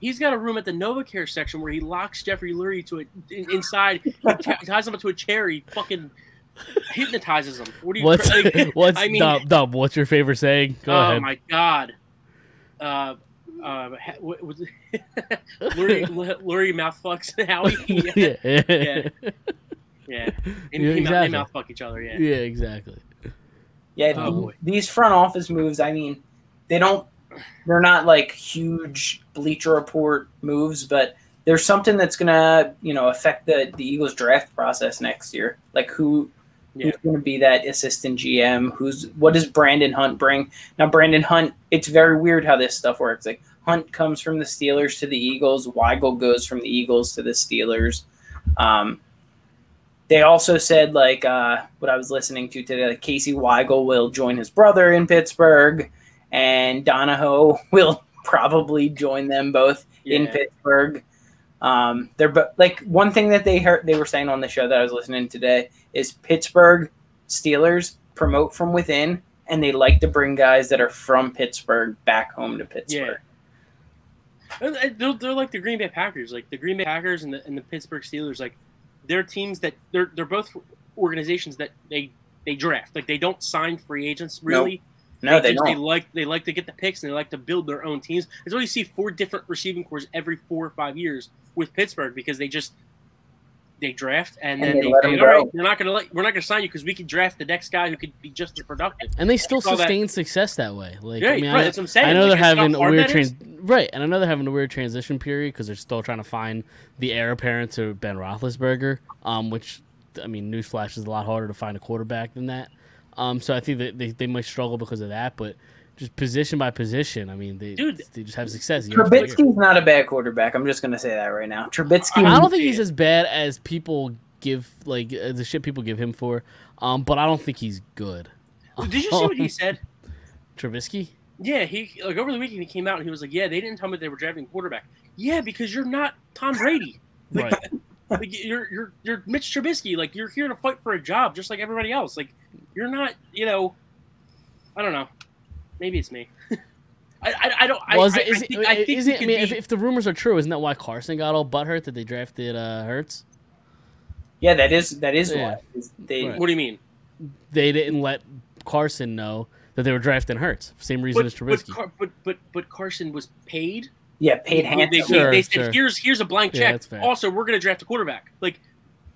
C: he's got a room at the NovaCare section where he locks Jeffrey Lurie to a, in, inside, and t- ties him up to a chair, he fucking hypnotizes him. What do you?
B: What's
C: like,
B: what's
C: I mean-
B: dumb, dumb? What's your favorite saying? Go
C: oh
B: ahead.
C: my god. Uh, uh, ha- what was it? Lurie, Lurie mouth fucks Howie. Yeah, yeah.
B: yeah, yeah, yeah,
C: And he mou-
B: exactly.
C: they mouth fuck each other. Yeah.
B: exactly.
D: Yeah,
C: Oh,
D: th-
C: boy.
D: these front office moves, I mean, they don't they're not like huge bleacher report moves, but there's something that's gonna, you know, affect the, the Eagles draft process next year. Like who
C: Yeah.
D: who's gonna be that assistant GM? Who's what does Brandon Hunt bring? Now Brandon Hunt, it's very weird how this stuff works. Like Hunt comes from the Steelers to the Eagles, Weigel goes from the Eagles to the Steelers. Um, they also said like uh, what I was listening to today, like Casey Weigel will join his brother in Pittsburgh, and Donahoe will probably join them both in
C: Yeah.
D: Pittsburgh. Um, they're but like one thing that they heard they were saying on the show that I was listening today is Pittsburgh Steelers promote from within, and they like to bring guys that are from Pittsburgh back home to Pittsburgh.
C: And- and They're, they're like the Green Bay Packers, like the Green Bay Packers and the, and the Pittsburgh Steelers. Like they're teams that they're they're both organizations that they they draft. Like they don't sign free agents really.
D: No, they
C: just-
D: don't.
C: like they like to get the picks and they like to build their own teams. That's why you see four different receiving cores every four or five years with Pittsburgh because they just they draft and, then
D: And they
C: they,
D: let
C: say,
D: them
C: all
D: grow.
C: right, we're not gonna let, we're not gonna sign you because we can draft the next guy who could be just as productive.
B: And they still
C: saw that.
B: sustain success that way. Like
C: yeah,
B: I mean,
C: right,
B: I,
C: that's what I'm saying.
B: I know they're
C: Like, that's how
B: having a
C: hard
B: weird
C: that is.
B: trans- right, and I know they're having a weird transition period because they're still trying to find the heir apparent to Ben Roethlisberger, um, which I mean, newsflash is a lot harder to find a quarterback than that. Um, so I think that they, they might struggle because of that, but just position by position, I mean, they
C: Dude.
B: they just have success. year after year.
D: Trubisky's not a bad quarterback. I'm just gonna say that right now. Trubisky.
B: I don't think he's as bad as people give like uh, the shit people give him for. Um, but I don't think he's good.
C: Did you see what he said?
B: Trubisky?
C: Yeah, he like over the weekend he came out and he was like, "Yeah, they didn't tell me they were drafting a quarterback." Yeah, because you're not Tom Brady.
B: Right.
C: Like you're you're you're Mitch Trubisky. Like you're here to fight for a job, just like everybody else. Like you're not, you know. I don't know. Maybe it's me. I, I, I don't. I-
B: Was
C: I,
B: it? Is
C: I
B: it?
C: think, I think
B: is
C: he
B: it- I
C: could
B: mean,
C: be-
B: if, if the rumors are true, isn't that why Carson got all butthurt that they drafted uh, Hertz?
D: Yeah, that is that is
B: Yeah.
D: why Is they
B: Right.
C: what do you mean?
B: They didn't let Carson know that they were drafting Hertz. Same reason
C: But
B: as
C: but,
B: Trubisky.
C: Car- but but but Carson was paid.
D: yeah paid
C: They, they,
D: handsomely.
B: Sure,
C: they said,
B: sure.
C: "Here's here's a blank
B: Yeah,
C: check.
B: that's fair.
C: also, we're going to draft a quarterback." Like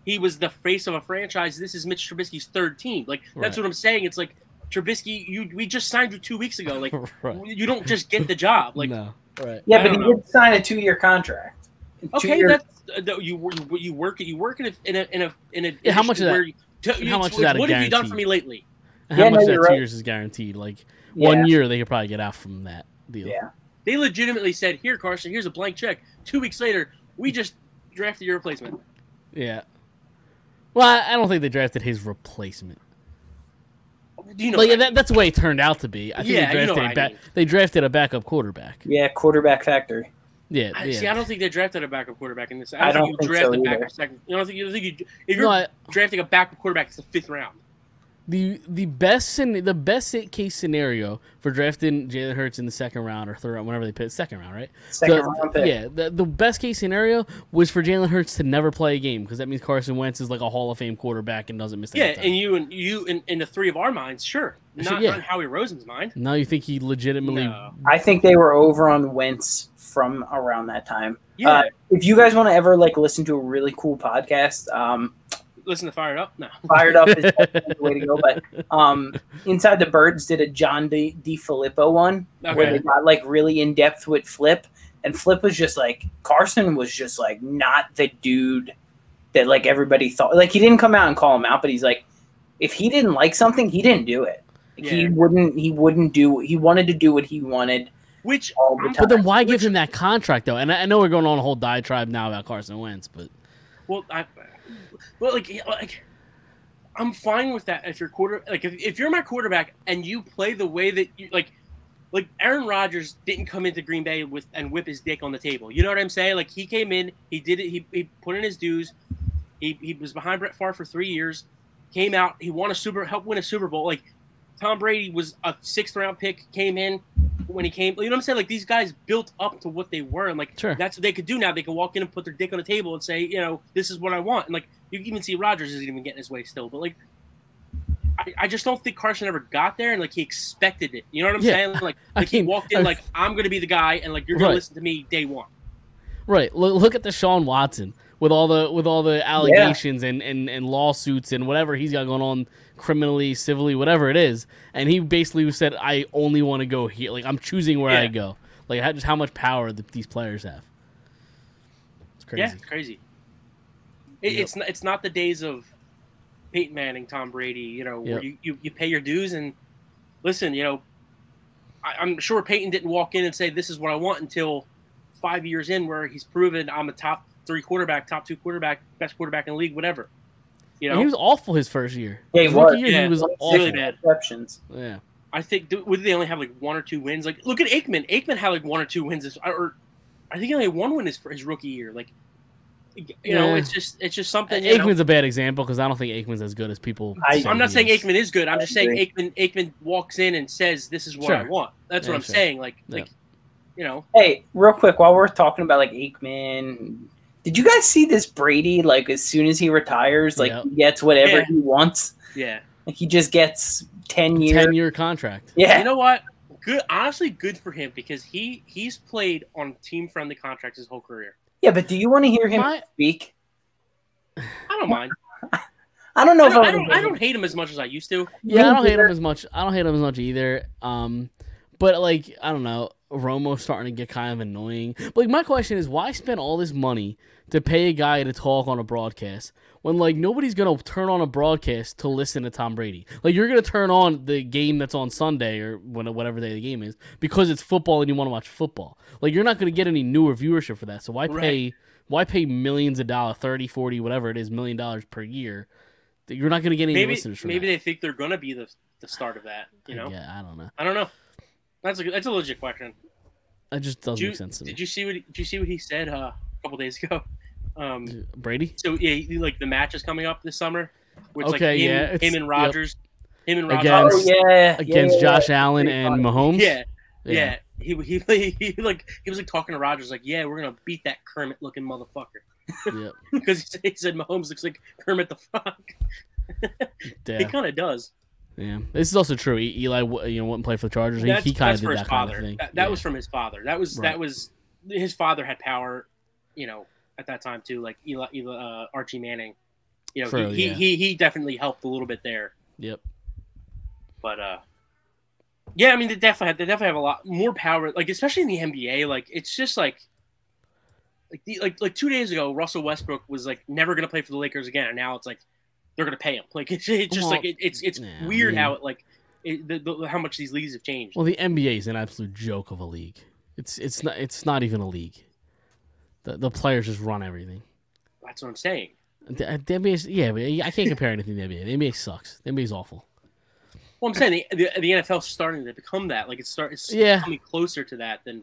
C: he was the face of a franchise. This is Mitch Trubisky's third team. Like
B: Right.
C: that's what I'm saying. It's like Trubisky, you we just signed you two weeks ago. Like
B: right.
C: you don't just get the job. Like
B: no. Right.
D: Yeah,
C: I
D: but he
C: don't know.
D: did sign a two year contract.
C: okay,
D: Two-year-
C: that's uh, no, you wor- you you work you work in a in a in a, in a
B: Yeah, how much of
C: industry
B: that-
C: where you- to- it's-
B: much is
C: it's,
B: that a
C: What have you done
B: guarantee?
C: for me lately?
B: How
D: Yeah,
B: much
D: no,
B: of that
D: you're
B: two
D: right.
B: years is guaranteed? Like
D: yeah.
B: one year they could probably get out from that deal.
D: Yeah.
C: They legitimately said, "Here, Carson, here's a blank check." Two weeks later, we just drafted your replacement.
B: Yeah. Well, I, I don't think they drafted his replacement.
C: Do you know?
B: like
C: what I
B: that, that's the way it turned out to be. I think
C: Yeah,
B: they
C: you know
B: drafted
C: what I
B: a ba-
C: mean.
B: they drafted a backup quarterback.
D: Yeah, quarterback factory.
B: Yeah,
C: I,
B: yeah.
C: See, I don't think they drafted a backup quarterback in this.
D: I
C: I don't,
D: don't
C: think you
D: think so
C: draft a
D: either.
C: backup second. You don't think you don't think you if you're
B: No, I-
C: drafting a backup quarterback, it's the fifth round.
B: the the best scen- the best case scenario for drafting Jalen Hurts in the second round or third round, whenever they pick second round, right?
D: Second
B: The-
D: round pick.
B: Yeah, the, the best case scenario was for Jalen Hurts to never play a game because that means Carson Wentz is like a Hall of Fame quarterback and doesn't miss.
C: Yeah,
B: any time.
C: and you and you and, and the three of our minds, sure.
B: Sure,
C: Not,
B: yeah.
C: not Howie Rosen's mind.
B: now you think he legitimately?
C: No.
D: I think they were over on Wentz from around that time.
C: Yeah,
D: Uh, if you guys want to ever like listen to a really cool podcast, um,
C: listen to Fire It Up. No,
D: fired up is definitely the way to go. But um, Inside the Birds did a John D. D. Filippo one where
C: okay.
D: they got like really in depth with Flip, and Flip was just like Carson was just like not the dude that like everybody thought. Like he didn't come out and call him out, but he's like, if he didn't like something, he didn't do it. Like, He
C: Yeah.
D: wouldn't. He wouldn't do. He wanted to do what he wanted
C: Which
D: all the
C: I'm-
D: time.
B: But then why give him that contract though? And I, I know we're going on a whole diatribe now about Carson Wentz, but
C: well, I, well, like, yeah, like, I'm fine with that. If you're quarter, like, if, if you're my quarterback and you play the way that you like, like Aaron Rodgers didn't come into Green Bay with and whip his dick on the table. You know what I'm saying? Like he came in, he did it, he, he put in his dues. He, he was behind Brett Favre for three years. Came out, he won a super, helped win a Super Bowl. Like Tom Brady was a sixth round pick, came in when he came. You know what I'm saying? Like these guys built up to what they were, and like
B: Sure.
C: that's what they could do now. They could walk in and put their dick on the table and say, you know, this is what I want. And like you can even see Rodgers isn't even getting his way still, but like. I, I just don't think Carson ever got there, and like he expected it. You know what I'm
B: Yeah.
C: saying? Like,
B: I
C: like he
B: mean,
C: walked in
B: I-
C: like I'm gonna be the guy, and like you're gonna
B: Right.
C: listen to me day one.
B: Right. Look, look at the Sean Watson with all the with all the allegations and, and, and lawsuits and whatever he's got going on criminally, civilly, whatever it is. And he basically said, "I only want to go here. Like I'm choosing where I
C: Yeah.
B: go. Like how, just how much power th these players have. It's crazy.
C: Yeah, it's crazy. It,
B: Yep.
C: It's not, it's not the days of Peyton Manning, Tom Brady. You know, where
B: Yep.
C: you, you you pay your dues and listen. You know, I, I'm sure Peyton didn't walk in and say this is what I want until five years in, where he's proven I'm a top three quarterback, top two quarterback, best quarterback in the league, whatever. You
B: And he
C: know,
B: was awful his first year.
D: Yeah, he
B: His
D: was.
B: rookie year,
C: Yeah,
B: he was
C: really
B: awful.
C: bad.
D: Exceptions.
B: Yeah.
C: I think th- would they only have like one or two wins? Like look at Aikman. Aikman had like one or two wins, this, or I think he only had one win his his rookie year. Like you know,
B: Yeah. Uh,
C: it's just it's just something. You know?
B: Aikman's a bad example because I don't think Aikman's as good as people.
D: I-
B: say
C: I'm not
B: he
C: saying
B: is.
C: Aikman is good. I'm
D: I
C: just saying Aikman Aikman walks in and says, "This is what I
B: Sure.
C: want." That's
B: Yeah,
C: what I'm
B: sure.
C: saying. Like,
B: Yeah.
C: like, you know,
D: Hey, real quick, while we're talking about like Aikman, did you guys see this Brady? Like, as soon as he retires, like
B: Yeah.
D: he gets whatever
C: Yeah.
D: he wants.
C: yeah.
D: Like he just gets ten years.
B: Ten year contract.
D: yeah,
C: You know what? Good, honestly, good for him because he he's played on team friendly contracts his whole career.
D: yeah. But do you want to hear him
B: My-
D: speak?
C: I don't mind.
D: I don't know
C: I
D: if
C: don't,
D: I
C: I don't, I don't hate him as much as I used to.
B: Yeah, I don't hate
D: either.
B: him as much. I don't hate him as much either. Um, But like, I don't know, Romo's starting to get kind of annoying. But like, my question is, why spend all this money to pay a guy to talk on a broadcast when like nobody's gonna turn on a broadcast to listen to Tom Brady? Like, you're gonna turn on the game that's on Sunday or when, whatever day the game is because it's football and you want to watch football. Like, you're not gonna get any newer viewership for that. So why pay? Why pay millions of dollars, 30, 40, whatever it is, million dollars per year? that You're not going to get any
C: Maybe
B: listeners from
C: maybe
B: that.
C: they think they're gonna be the the start of that. You know,
B: Yeah, I don't know.
C: I don't know. That's a good- that's a legit question.
B: That just
C: Did
B: doesn't
C: you,
B: make sense to me.
C: did you see what did you see what he said uh, a couple days ago? Um,
B: Brady?
C: So yeah, he- like the match is coming up this summer. Which like
B: Okay,
C: him,
B: yeah, it's-
C: him and
B: yep.
C: Rogers, him and Rogers. Oh,
B: Against-
D: Oh yeah,
B: Against
D: yeah,
B: Josh Allen
D: Pretty
B: and
D: funny.
B: Mahomes?
C: yeah, yeah. He, he he like he was like talking to Rogers like, yeah, we're gonna beat that Kermit looking motherfucker
B: yeah.
C: because he, said- he said Mahomes looks like Kermit the Frog. He
B: Yeah.
C: kind of does.
B: yeah. This is also true. E- Eli, w- you know, wouldn't play for the Chargers. He,
C: That's,
B: he kind
C: that's
B: of
C: for
B: did
C: his
B: that kind
C: father.
B: of thing.
C: That, that
B: Yeah.
C: was from his father. That was
B: Right.
C: that was his father had power, you know, at that time too. Like Eli, Eli uh, Archie Manning, you know,
B: True,
C: he,
B: yeah.
C: he, he he definitely helped a little bit there.
B: Yep.
C: But uh, yeah, I mean, they definitely have, they definitely have a lot more power. Like especially in the NBA, like it's just like. Like, the, like like two days ago, Russell Westbrook was like never gonna play for the Lakers again, and now it's like they're gonna pay him. Like it's, it's just
B: Well,
C: like it, it's it's
B: yeah, I
C: weird
B: mean-
C: how it like it, the, the, how much these leagues have changed.
B: Well, the NBA is an absolute joke of a league. It's it's not it's not even a league. The, the players just run everything.
C: That's what I'm saying.
B: The, the NBA is, yeah, but I can't compare anything to the NBA. The NBA sucks. The NBA is awful.
C: Well, I'm saying the, the, the NFL's starting to become that. Like it's start it's
B: Yeah.
C: coming closer to that than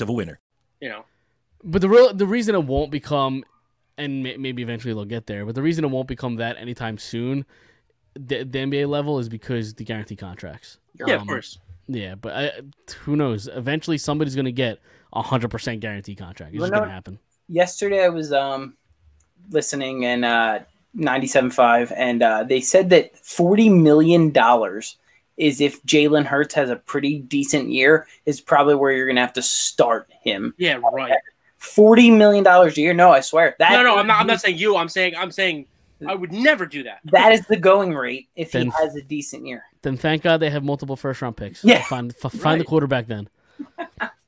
F: of a winner.
C: you know.
B: But the real the reason it won't become, and may, maybe eventually they'll get there. But the reason it won't become that anytime soon, the, the NBA level is because the guarantee contracts.
C: Yeah, of
B: Um,
C: course.
B: Yeah, but I, who knows? Eventually, somebody's gonna get a hundred percent guarantee contract. It's
D: Well,
B: just
D: no-
B: gonna happen.
D: yesterday I was um listening and uh 97.5 and uh they said that 40 million dollars is if Jalen Hurts has a pretty decent year is probably where you're going to have to start him.
C: Yeah, right.
D: 40 million dollars a year? No, I swear. That
C: No, no, I'm not. I'm not saying you. I'm saying I'm saying I would never do that.
D: that is the going rate if
B: Then-
D: he has a decent year.
B: Then thank God they have multiple first round picks.
D: Yeah,
B: find f- find the
C: right.
B: quarterback then,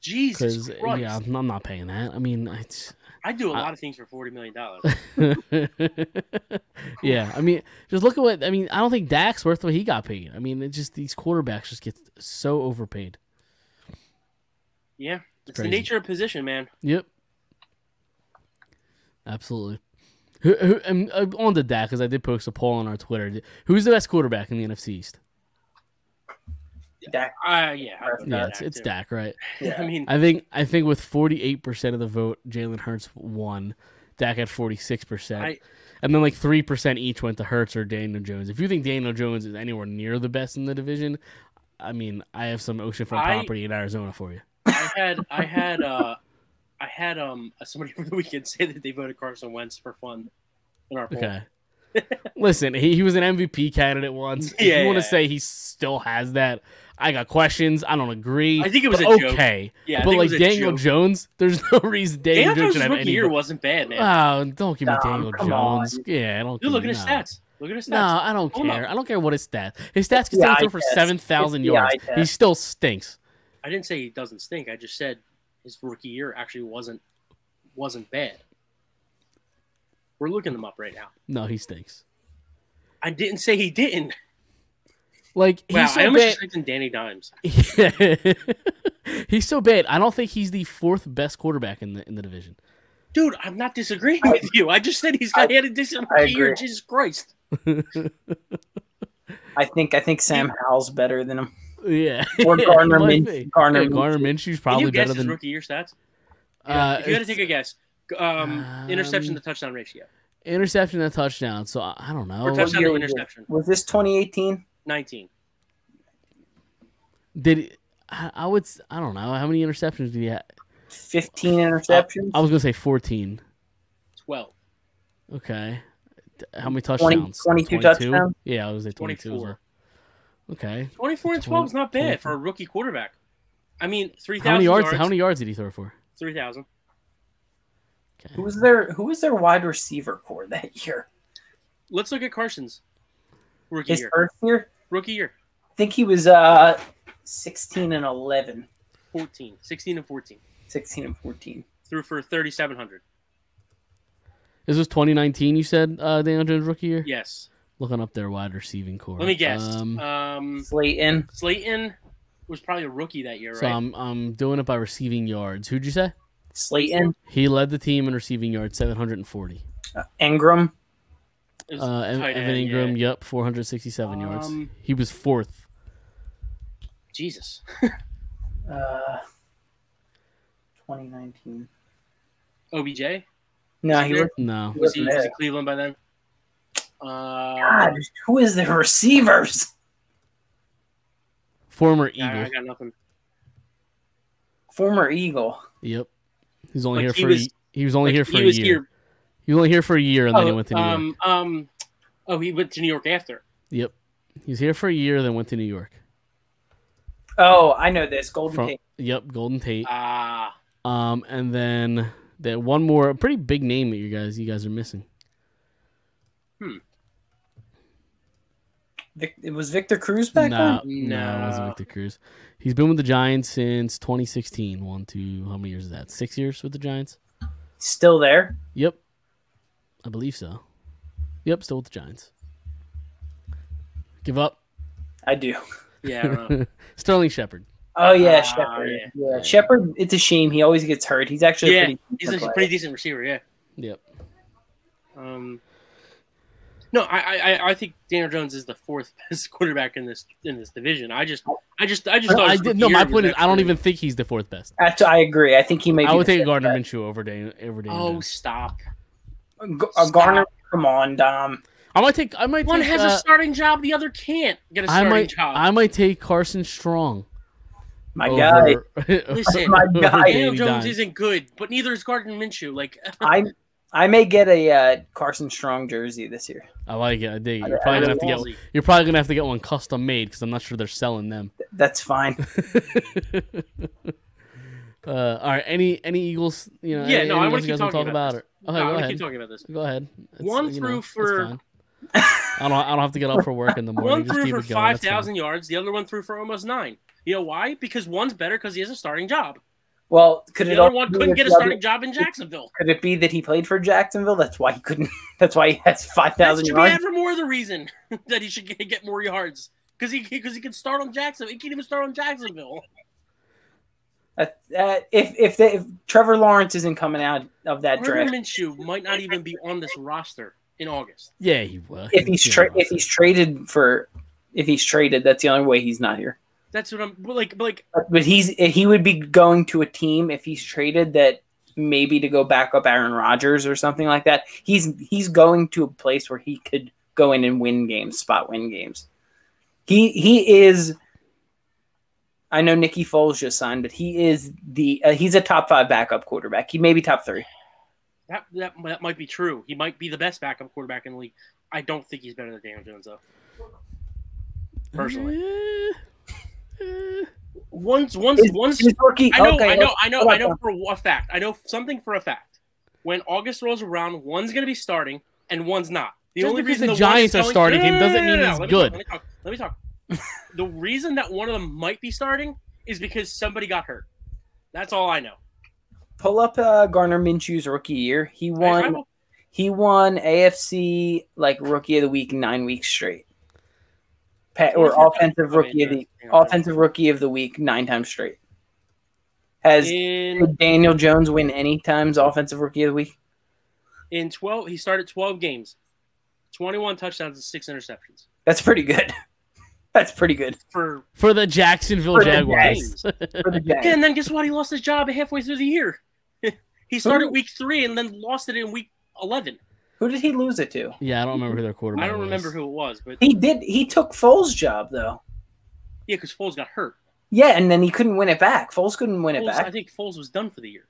C: Jesus
B: because
C: Christ,
B: yeah, I'm, I'm not paying that. I mean, it's,
C: I do a lot of things for forty million dollars.
B: yeah, I mean, just look at what I mean. I don't think Dak's worth what he got paid. I mean, it just these quarterbacks just get so overpaid.
C: Yeah, it's
B: crazy.
C: the nature of position, man.
B: Yep. Absolutely. Who, who, and, uh, on the Dak, because I did post a poll on our Twitter. Who's the best quarterback in the NFC East?
D: Dak,
C: Uh, yeah, I would do
B: Yeah,
C: that
B: it's, it's
C: too.
B: Dak, right?
C: I mean,
B: I think I think with forty eight percent of the vote, Jalen Hurts won. Dak had forty six percent,
C: I-
B: and then like three percent each went to Hurts or Daniel Jones. If you think Daniel Jones is anywhere near the best in the division, I mean, I have some oceanfront
C: I-
B: property in Arizona for you.
C: I had, I had, uh, I had um somebody over the weekend say that they voted Carson Wentz for fun in our poll.
B: Okay. Listen, he, he was an MVP candidate once. If
C: Yeah,
B: you want to
C: yeah,
B: say he still has that, I got questions. I don't agree.
C: I think it was
B: but
C: a joke.
B: okay.
C: Yeah, I
B: but
C: think it
B: like
C: was a
B: Daniel
C: joke.
B: Jones, there's no reason Daniel,
C: Daniel
B: Jones
C: Jones'
B: should have
C: rookie
B: any.
C: year wasn't bad, man.
B: Oh, don't give me
D: Tom,
B: Daniel
D: come on.
B: Jones. Yeah, I don't.
C: Dude,
B: give
C: look
B: me-
C: at his
B: no.
C: stats. Look at his stats.
B: No, I don't
C: Hold
B: care.
C: up.
B: I don't care what his stats. His stats
D: the
B: could
D: eye
B: throw for
D: test.
B: seven thousand
D: It's the eye
B: yards. He
D: test.
B: still stinks.
C: I didn't say he doesn't stink. I just said his rookie year actually wasn't wasn't bad. We're looking them up right now.
B: No, he stinks.
C: I didn't say he didn't.
B: Like he's
C: Wow,
B: so
C: I almost
B: bad.
C: just mentioned Danny Dimes.
B: he's so bad. I don't think he's the fourth best quarterback in the in the division.
C: Dude, I'm not disagreeing with you. I just said he's got he had a decent
D: I
C: year.
D: agree.
C: Jesus Christ.
D: I think I think Sam Howell's better than him.
B: Yeah,
D: Or
B: It
D: Gardner
B: might
D: Min-
B: be.
D: Gardner
B: yeah, Garner Minshew's
C: Can
B: probably
C: you guess
B: better
C: his
B: than.
C: rookie year stats?
B: Uh,
C: if you had
B: it's
C: to take a guess, g- um, interception to touchdown ratio
B: interception and touchdown. So I, I don't know.
C: or touchdown
D: year
C: to
D: was it?
C: interception,
D: Was this 2018?
C: nineteen.
B: Did he- I, I would? s- I don't know. How many interceptions did he have?
D: 15
C: Oh,
D: interceptions?
B: I was gonna say fourteen.
C: 12,
B: Okay. D- How many
D: 20
B: touchdowns?
D: 22 touchdowns?
B: Yeah, I was at 22 as
C: 24.
B: well. Okay.
C: 24 and 12 is not bad for a rookie quarterback. I mean,
B: How
C: 3,000
B: many yards,
C: yards,
B: How many yards did he throw for?
C: 3,000.
D: Who was their Who was their wide receiver core that year?
C: Let's look at Carson's rookie
D: His
C: year.
D: first year,
C: Rookie year,
D: I think he was uh 16 and 11,
C: 14, 16 and 14.
D: 16 and 14.
C: Threw for 3,700.
B: This was 2019. You said uh, Daniel Jones rookie year.
C: Yes.
B: Looking up their wide receiving core.
C: Let me guess. Um,
B: Um,
D: Slayton,
C: Slayton was probably a rookie that year,
B: so um,
C: right?
B: I'm I'm doing it by receiving yards. Who'd you say?
D: Slayton,
B: He led the team in receiving yards, 740.
D: Engram.
C: It was
B: Uh, Ev-
C: tight
B: Evan
C: end,
B: Ingram,
C: yeah.
B: yep, 467 yards.
C: Um,
B: He was fourth.
C: Jesus.
D: Uh, 2019.
C: OBJ?
D: No, he was.
B: No,
C: Was he, was he
D: Yeah.
C: Cleveland by then? Uh,
D: God, who is their receivers?
B: former
C: yeah, I, I
B: Eagle.
C: got nothing.
D: Former Eagle.
B: Yep, he's only here
C: Like, he
B: for
C: was-
B: a, he was only
C: Like,
B: here for
C: he
B: a
C: was
B: year.
C: here.
B: He was only here for a year, and then he
C: Oh,
B: went to New York.
C: um, um, oh, he went to New York after.
B: Yep. He's here for a year, then went to New York.
D: Oh, I know this. Golden
B: From,
D: Tate.
B: yep, Golden Tate.
C: Ah.
B: Um, and then that one more a pretty big name that you guys you guys are missing.
D: Vic, it was Victor Cruz
B: No,
D: back
B: no,
D: then.
B: it wasn't Victor Cruz. He's been with the Giants since 2016. One, two, how many years is that? Six years with the Giants.
D: Still there.
B: Yep, I believe so. Yep, still with the Giants. Give up.
D: I do.
C: Yeah, I don't know.
B: Sterling Shepard.
D: Oh yeah,
C: Ah,
D: Shepard.
C: yeah.
D: Yeah. Shepard. It's a shame he always gets hurt. He's actually
C: yeah,
D: a pretty.
C: he's a
D: player.
C: pretty decent receiver. Yeah.
B: Yep.
C: Um, no, I, I, I- I think Daniel Jones is the fourth best quarterback in this in this division. I just, I just, I just
B: I,
C: thought. his
B: did,
C: rookie
B: no,
C: year
B: my
C: was
B: point is I don't
C: actually-
B: even think he's the fourth best.
D: That's- I agree. I think he may.
B: I
D: be
B: would
D: the
B: take
D: fifth
B: Gardner
D: best.
B: Minshew over Dan over Daniel.
C: Oh,
B: Jones.
C: stop!
D: G- uh, Garner. Come on, Dom.
B: I might take. I might.
C: One
B: take,
C: has
B: uh,
C: a starting job, the other can't get a
B: I
C: starting
B: might.
C: job.
B: I might take Carson Strong.
D: My guy.
C: Listen,
D: My guy.
C: Daniel Jones isn't good, but neither is Gardner Minshew. Like,
D: I I may get a uh, Carson Strong jersey this year.
B: I like it. I dig it. You're
D: I-
B: probably
D: I
B: gonna have to get.
C: Ballsy.
B: You're probably gonna have to get one custom made because I'm not sure they're selling them.
D: That's fine.
B: uh, all right. Any any Eagles? You know.
C: Yeah,
B: any,
C: no,
B: any
C: I wanna
B: Eagles you
C: keep
B: guys wanna
C: talking
B: talk
C: about
B: about. it.
C: No,
B: okay,
C: I
B: go
C: want to
B: ahead.
C: keep talking about this.
B: Go ahead. It's,
C: One
B: you know,
C: through
B: it's
C: for-
B: fine. I don't. I don't have to get up for work in the morning.
C: One
B: Just
C: threw
B: keep
C: for
B: it going.
C: five
B: That's fine.
C: thousand yards, the other one threw for almost nine. You know why? Because one's better because he has a starting job.
D: Well, could
C: The
D: it
C: other
D: also
C: one
D: be
C: couldn't
D: that
C: get a
D: the other-
C: starting job in Jacksonville.
D: Could it be that he played for Jacksonville? That's why he couldn't. That's why he has five thousand
C: That should be
D: yards.
C: ever more the reason that he should get, get more yards because he because he can start on Jacksonville. He can't even start on Jacksonville.
D: That- that- Uh, if if, they, if Trevor Lawrence isn't coming out of that
C: Gardner
D: draft,
C: Minshew might not even be on this roster in August.
B: Yeah, he will.
D: if he's
B: Yeah,
D: tra-
B: I'll
D: if
B: say.
D: he's traded for, if he's traded, that's the only way he's not here.
C: That's what I'm but like. but Like
D: But- But he's he would be going to a team if he's traded that maybe to go back up Aaron Rodgers or something like that. He's he's going to a place where he could go in and win games, spot win games. He he is. I know Nicky Foles just signed, but he is the uh, he's a top five backup quarterback. He may be top three.
C: that, that that might be true. He might be the best backup quarterback in the league. I don't think he's better than Daniel Jones though.
D: Mm-hmm.
C: Personally,
B: Eh, eh.
C: once once
D: Is-
C: once
D: is rookie-
C: I know,
D: okay,
C: I know, I know,
D: hold
C: I
D: on,
C: know
D: hold
C: for a fact. I know something for a fact. When August rolls around, one's going to be starting and one's not. The
B: Just
C: only
B: because
C: reason
B: the
C: the, one's
B: Giants are
C: going-
B: starting him doesn't mean he's
C: Let me
B: good.
C: talk, let me talk. Let me talk. the reason that one of them might be starting is because somebody got hurt. That's all I know.
D: Pull up uh, Garner Minshew's rookie year. He
C: I- I
D: won.
C: will-
D: He won AFC like rookie of the week nine weeks straight. pa- or offensive rookie of the
C: Offensive.
D: offensive rookie of the week nine times straight. Has
C: In
D: did Daniel Jones win any times offensive rookie of the week?
C: in twelve, he started twelve games, twenty-one touchdowns and six interceptions
D: That's pretty good. That's pretty good
C: for.
B: for the Jacksonville
D: For the
B: Jaguars.
D: for the Jags.
C: And then guess what? He lost his job halfway through the year. he started week three and then lost it in week eleven.
D: Who did he lose it to?
B: yeah, I don't remember who their quarterback.
C: I don't
B: was.
C: remember who it was, but yeah,
D: He did. He took Foles' job though.
C: because Foles got hurt.
D: Yeah, and then he couldn't win it back. Foles couldn't win it
C: Foles, I
D: back.
C: think Foles was done for the year.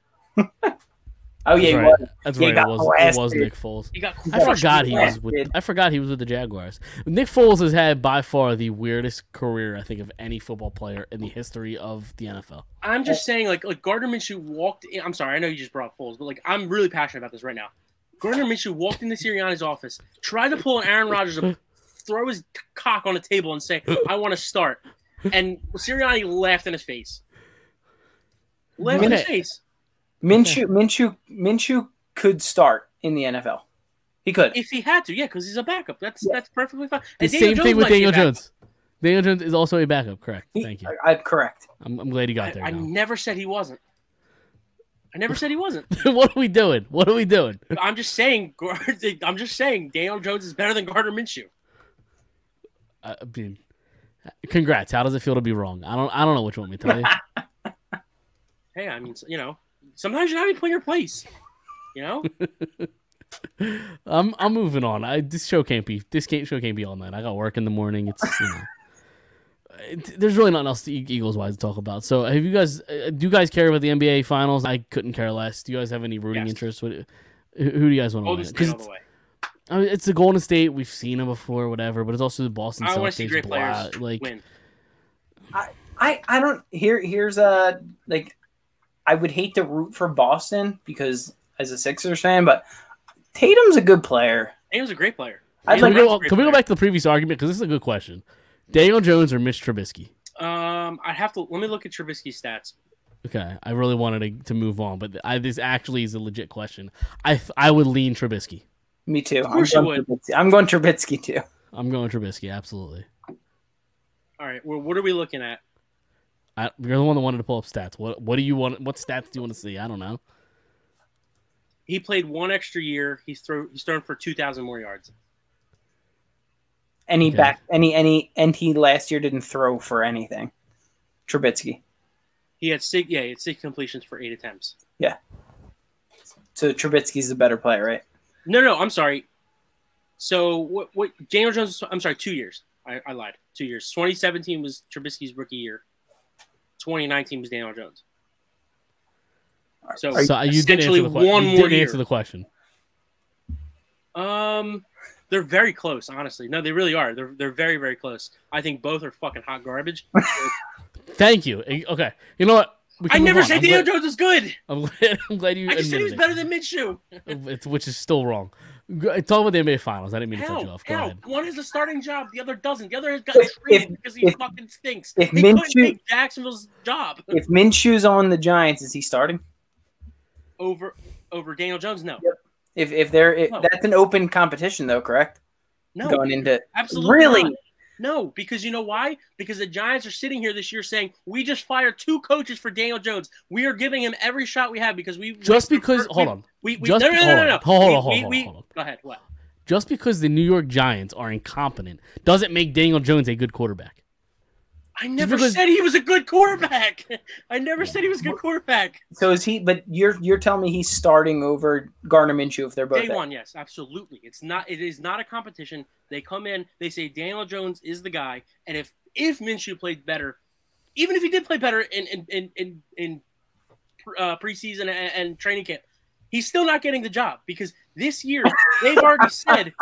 D: Oh yeah,
B: That's
D: he
B: right.
D: was.
B: That's
D: He
B: right. It
D: got
B: was, it
D: blasted.
B: was Nick Foles.
C: He got.
B: I
C: crushed.
B: forgot he was
D: blasted.
B: with. I forgot he was with the Jaguars. Nick Foles has had by far the weirdest career I think of any football player in the history of the NFL.
C: I'm just saying, like, like Gardner Minshew walked in. I'm sorry, I know you just brought up Foles, but like, I'm really passionate about this right now. Gardner Minshew walked into Sirianni's office, tried to pull an Aaron Rodgers, and throw his cock on a table and say, "I want to start," and Sirianni laughed in his face. Laughed in his
B: Okay.
C: face.
D: Minshew. Minshew. Minshew could start in the NFL. He could.
C: If he had to, yeah, because he's a backup. That's that's perfectly fine.
B: The
C: And Daniel
B: same
C: Jones
B: thing with
C: might be a
B: Daniel
C: backup.
B: Jones. Daniel Jones is also a backup. Correct.
D: He-
B: Thank you.
D: I, I'm correct.
B: I'm, I'm glad he got
C: I, I
B: there. Now.
C: never said he wasn't. I never said he wasn't.
B: what are we doing? What are we doing?
C: I'm just saying. Gar- I'm just saying. Daniel Jones is better than Gardner Minshew.
B: I Uh, I mean, congrats. How does it feel to be wrong? I don't. I don't know what you want me to tell you.
C: hey, I mean, you know, sometimes you're not even playing your place. You know,
B: I'm I'm moving on. I this show can't be this game show can't be all night. I got work in the morning. It's you know, it, there's really nothing else to E-, Eagles wise to talk about. So have you guys uh, do you guys care about the NBA finals? I couldn't care less. Do you guys have any rooting
C: Yes.
B: interest? What, who who do you guys want to win?
C: Golden State all
B: it's,
C: the way.
B: I mean, it's the Golden State. We've seen them before, whatever. But it's also the Boston
C: I
B: Celtics.
C: want to see great
B: blah,
C: players
B: like
C: win.
D: I I don't here here's uh like I would hate to root for Boston because as a Sixers fan, but Tatum's a good player.
C: Tatum's a great player.
D: I'd
B: can,
D: like
B: we go, can we go back to the previous argument? Because this is a good question. Daniel Jones or Mitch Trubisky?
C: Um, I'd have to let me look at Trubisky's stats.
B: Okay, I really wanted to, to move on, but I, this actually is a legit question. I th- I would lean Trubisky.
D: Me too.
C: Of course
D: I'm
C: you
D: going
C: would.
D: Trubisky. I'm going Trubisky too.
B: I'm going Trubisky, absolutely.
C: All right, well, what are we looking at?
B: I, you're the one that wanted to pull up stats. What what do you want? What stats do you want to see? I don't know.
C: He played one extra year. He's throw he's thrown for two thousand more yards.
D: Any
B: Okay.
D: back any any and he last year didn't throw for anything. Trubisky.
C: He had six yeah, he had six completions for eight attempts.
D: So Trubisky's the better player, right?
C: No, no, I'm sorry. So what? What? Daniel Jones? I'm sorry, two years. I, I lied. Two years. 2017 was Trubisky's rookie year. 2019 was Daniel Jones. So,
B: So uh, you did
C: essentially
B: answer the question.
C: one
B: you
C: more
B: did
C: year.
B: answer the question.
C: Um, they're very close, honestly. No, they really are. They're they're very very close. I think both are fucking hot garbage.
B: Thank you. Eh, Okay, you know what? We
C: I
B: can move
C: never
B: on.
C: said
B: I'm
C: Daniel
B: glad-
C: Jones was good.
B: I'm glad, I'm glad you
C: I just said he was
B: admitted
C: better than Minshew.
B: it, It's- which is still wrong. G- Talk about the NBA Finals. I didn't mean to cut you
C: Hell,
B: off. Go
C: hell,
B: ahead.
C: one has a starting job, the other doesn't. The other has got
D: If-
C: traded
D: if-
C: because he
D: if-
C: fucking stinks.
D: if
C: they couldn't
D: Minshew-
C: take Jacksonville's job
D: If Minshew's on the Giants, is he starting?
C: over over Daniel Jones. No,
D: If if they're if,
C: No.
D: that's an open competition though, correct?
C: no,
D: Going into
C: Absolutely.
D: Really?
C: not. No, because you know why? Because the Giants are sitting here this year saying, we just fired two coaches for Daniel Jones. We are giving him every shot we have because we
B: Just
C: we-
B: because-
C: we-
B: hold on.
C: We, we,
B: Just-
C: no, no, no,
B: hold
C: no,
B: on.
C: no.
B: Hold on,
C: We-
B: hold on,
C: we-
B: hold
C: we-
B: on.
C: Go ahead. What?
B: Just because the New York Giants are incompetent doesn't make Daniel Jones a good quarterback.
C: I never
B: because-
C: said he was a good quarterback. I never said he was a good quarterback.
D: so is he but you're you're telling me he's starting over Garner Minshew if they're both
C: Day
D: there.
C: one, yes, absolutely. It's not. It is not a competition. They come in. They say Daniel Jones is the guy, and if if Minshew played better, even if he did play better in in in in, in uh, preseason and, and training camp, he's still not getting the job because this year they've already said.